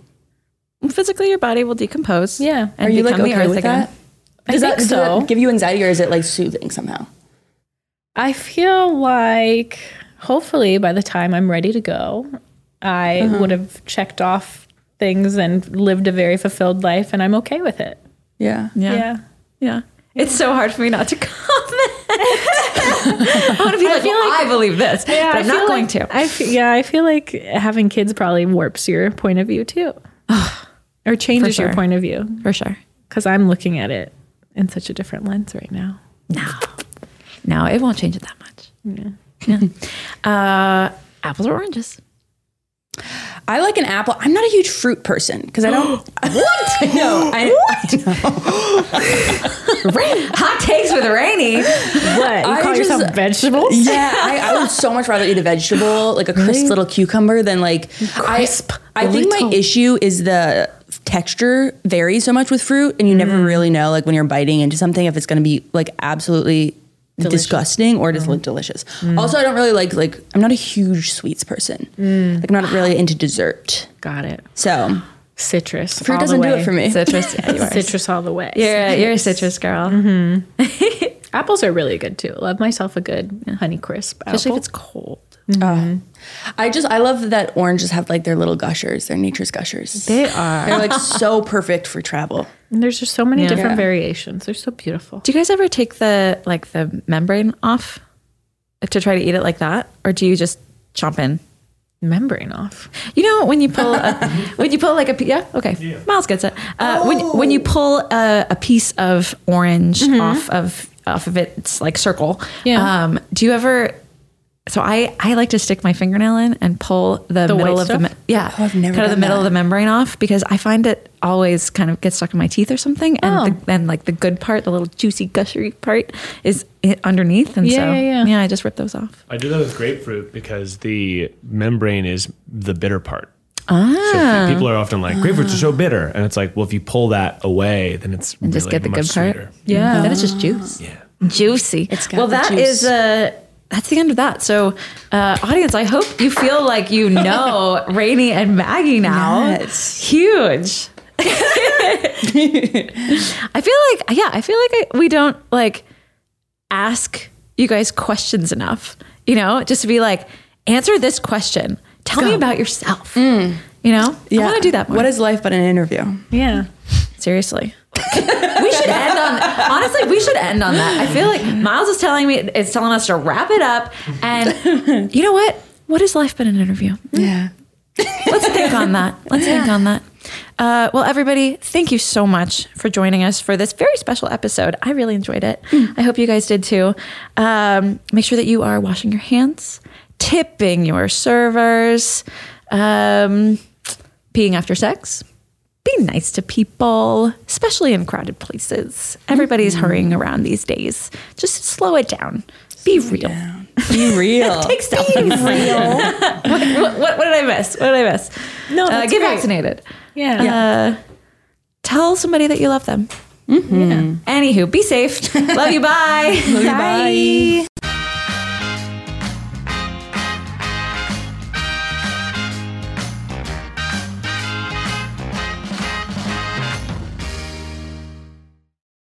Speaker 3: Physically, your body will decompose.
Speaker 4: Yeah.
Speaker 3: And
Speaker 6: Are you like
Speaker 3: become the
Speaker 6: okay
Speaker 3: earth
Speaker 6: with
Speaker 3: again.
Speaker 6: that? Does
Speaker 4: I
Speaker 6: that,
Speaker 4: think
Speaker 6: does that
Speaker 4: so.
Speaker 6: give you anxiety or is it like soothing somehow?
Speaker 4: I feel like hopefully by the time I'm ready to go, I would have checked off things and lived a very fulfilled life, and I'm okay with it.
Speaker 6: Yeah.
Speaker 3: Yeah. yeah.
Speaker 4: Yeah.
Speaker 3: It's so hard for me not to comment. I want to be like, well, I believe this, but I'm
Speaker 4: I
Speaker 3: not
Speaker 4: feel
Speaker 3: going
Speaker 4: like-
Speaker 3: to.
Speaker 4: I fe- yeah, I feel like having kids probably warps your point of view too, or changes
Speaker 3: sure.
Speaker 4: your point of view
Speaker 3: for sure.
Speaker 4: because I'm looking at it in such a different lens right now.
Speaker 3: No. No, it won't change it that much. Yeah. Uh, apples or oranges?
Speaker 6: I like an apple. I'm not a huge fruit person because I don't. what? I know. I,
Speaker 3: Hot takes with Rainy.
Speaker 4: What you
Speaker 6: I
Speaker 4: call yourself
Speaker 6: just-
Speaker 4: vegetables?
Speaker 6: Yeah, I, I would so much rather eat a vegetable, like a crisp little cucumber, than like crisp. I, I think my issue is the texture varies so much with fruit, and you never really know, like when you're biting into something, if it's going to be like absolutely disgusting or just look delicious. Also, I don't really like like I'm not a huge sweets person. Like I'm not really into dessert,
Speaker 4: Got it.
Speaker 6: so
Speaker 4: Citrus.
Speaker 6: fruit
Speaker 4: all the
Speaker 6: doesn't do
Speaker 4: way.
Speaker 6: it for me.
Speaker 3: Citrus. Yeah, you are.
Speaker 4: Citrus all the way. Mm-hmm.
Speaker 3: You're, a- you're a citrus girl.
Speaker 4: Apples are really good too. Love myself a good honey crisp apple.
Speaker 3: Especially if it's cold.
Speaker 6: uh, I just I love that oranges have like their little gushers, their nature's gushers.
Speaker 3: They are.
Speaker 6: They're like so perfect for travel.
Speaker 4: And there's just so many different
Speaker 6: Yeah.
Speaker 4: variations. They're so beautiful.
Speaker 3: Do you guys ever take the like the membrane off to try to eat it like that, or do you just chomp in?
Speaker 4: Membrane off.
Speaker 3: You know when you pull a, when you pull like a pi- yeah okay Miles gets it uh, when when
Speaker 4: Oh.
Speaker 3: you pull a, a piece of orange off of off of its like circle
Speaker 4: Mm-hmm. Yeah.
Speaker 3: um, do you ever so I I like to stick my fingernail in and pull the,
Speaker 4: white
Speaker 3: middle of the
Speaker 4: stuff?
Speaker 3: me- yeah
Speaker 6: Oh, I've never
Speaker 3: kind of the
Speaker 6: done
Speaker 3: middle of
Speaker 6: that.
Speaker 3: the membrane off because I find it always kind of gets stuck in my teeth or something and
Speaker 4: Oh.
Speaker 3: the, and like the good part the little juicy gushery part is i- underneath and
Speaker 4: Yeah,
Speaker 3: so
Speaker 4: yeah, yeah.
Speaker 3: I just rip those off
Speaker 5: I do that with grapefruit because the membrane is the bitter part.
Speaker 3: ah
Speaker 5: So people are often like, grapefruits are so bitter. And it's like, well, if you pull that away, then it's
Speaker 3: and
Speaker 5: really
Speaker 3: just get the
Speaker 5: much
Speaker 3: good part
Speaker 5: sweeter.
Speaker 3: yeah then it's just juice
Speaker 5: Yeah.
Speaker 3: juicy.
Speaker 6: It's got
Speaker 3: well,
Speaker 6: the
Speaker 3: that
Speaker 6: juice.
Speaker 3: is uh, that's the end of that. So, uh, audience, I hope you feel like you know Rainey and Maggie now.
Speaker 6: Yes.
Speaker 3: Huge. I feel like yeah, I feel like I, we don't like ask you guys questions enough. You know, just to be like, answer this question. Tell me about yourself. You know, I want to do that more.
Speaker 6: Mm. What is life but an interview?
Speaker 4: Yeah.
Speaker 3: Seriously. we should end on honestly, we should end on that. I feel like Miles is telling me it's telling us to wrap it up. And you know what? What has life been an interview?
Speaker 6: Yeah.
Speaker 3: Let's think on that. Let's think on that. Uh, well, everybody, thank you so much for joining us for this very special episode. I really enjoyed it. I hope you guys did too. Um, make sure that you are washing your hands, tipping your servers, um, peeing after sex, be nice to people, especially in crowded places. Everybody's hurrying around these days. Just slow it down. Be real.
Speaker 6: Be real.
Speaker 3: Take steps. Be real. what, what, what did I miss? What did I miss?
Speaker 4: No,
Speaker 3: Uh,
Speaker 4: that's
Speaker 3: get
Speaker 4: great.
Speaker 3: vaccinated.
Speaker 4: Yeah.
Speaker 3: Uh, tell somebody that you love them. Anywho, be safe. love you. Bye.
Speaker 6: Bye.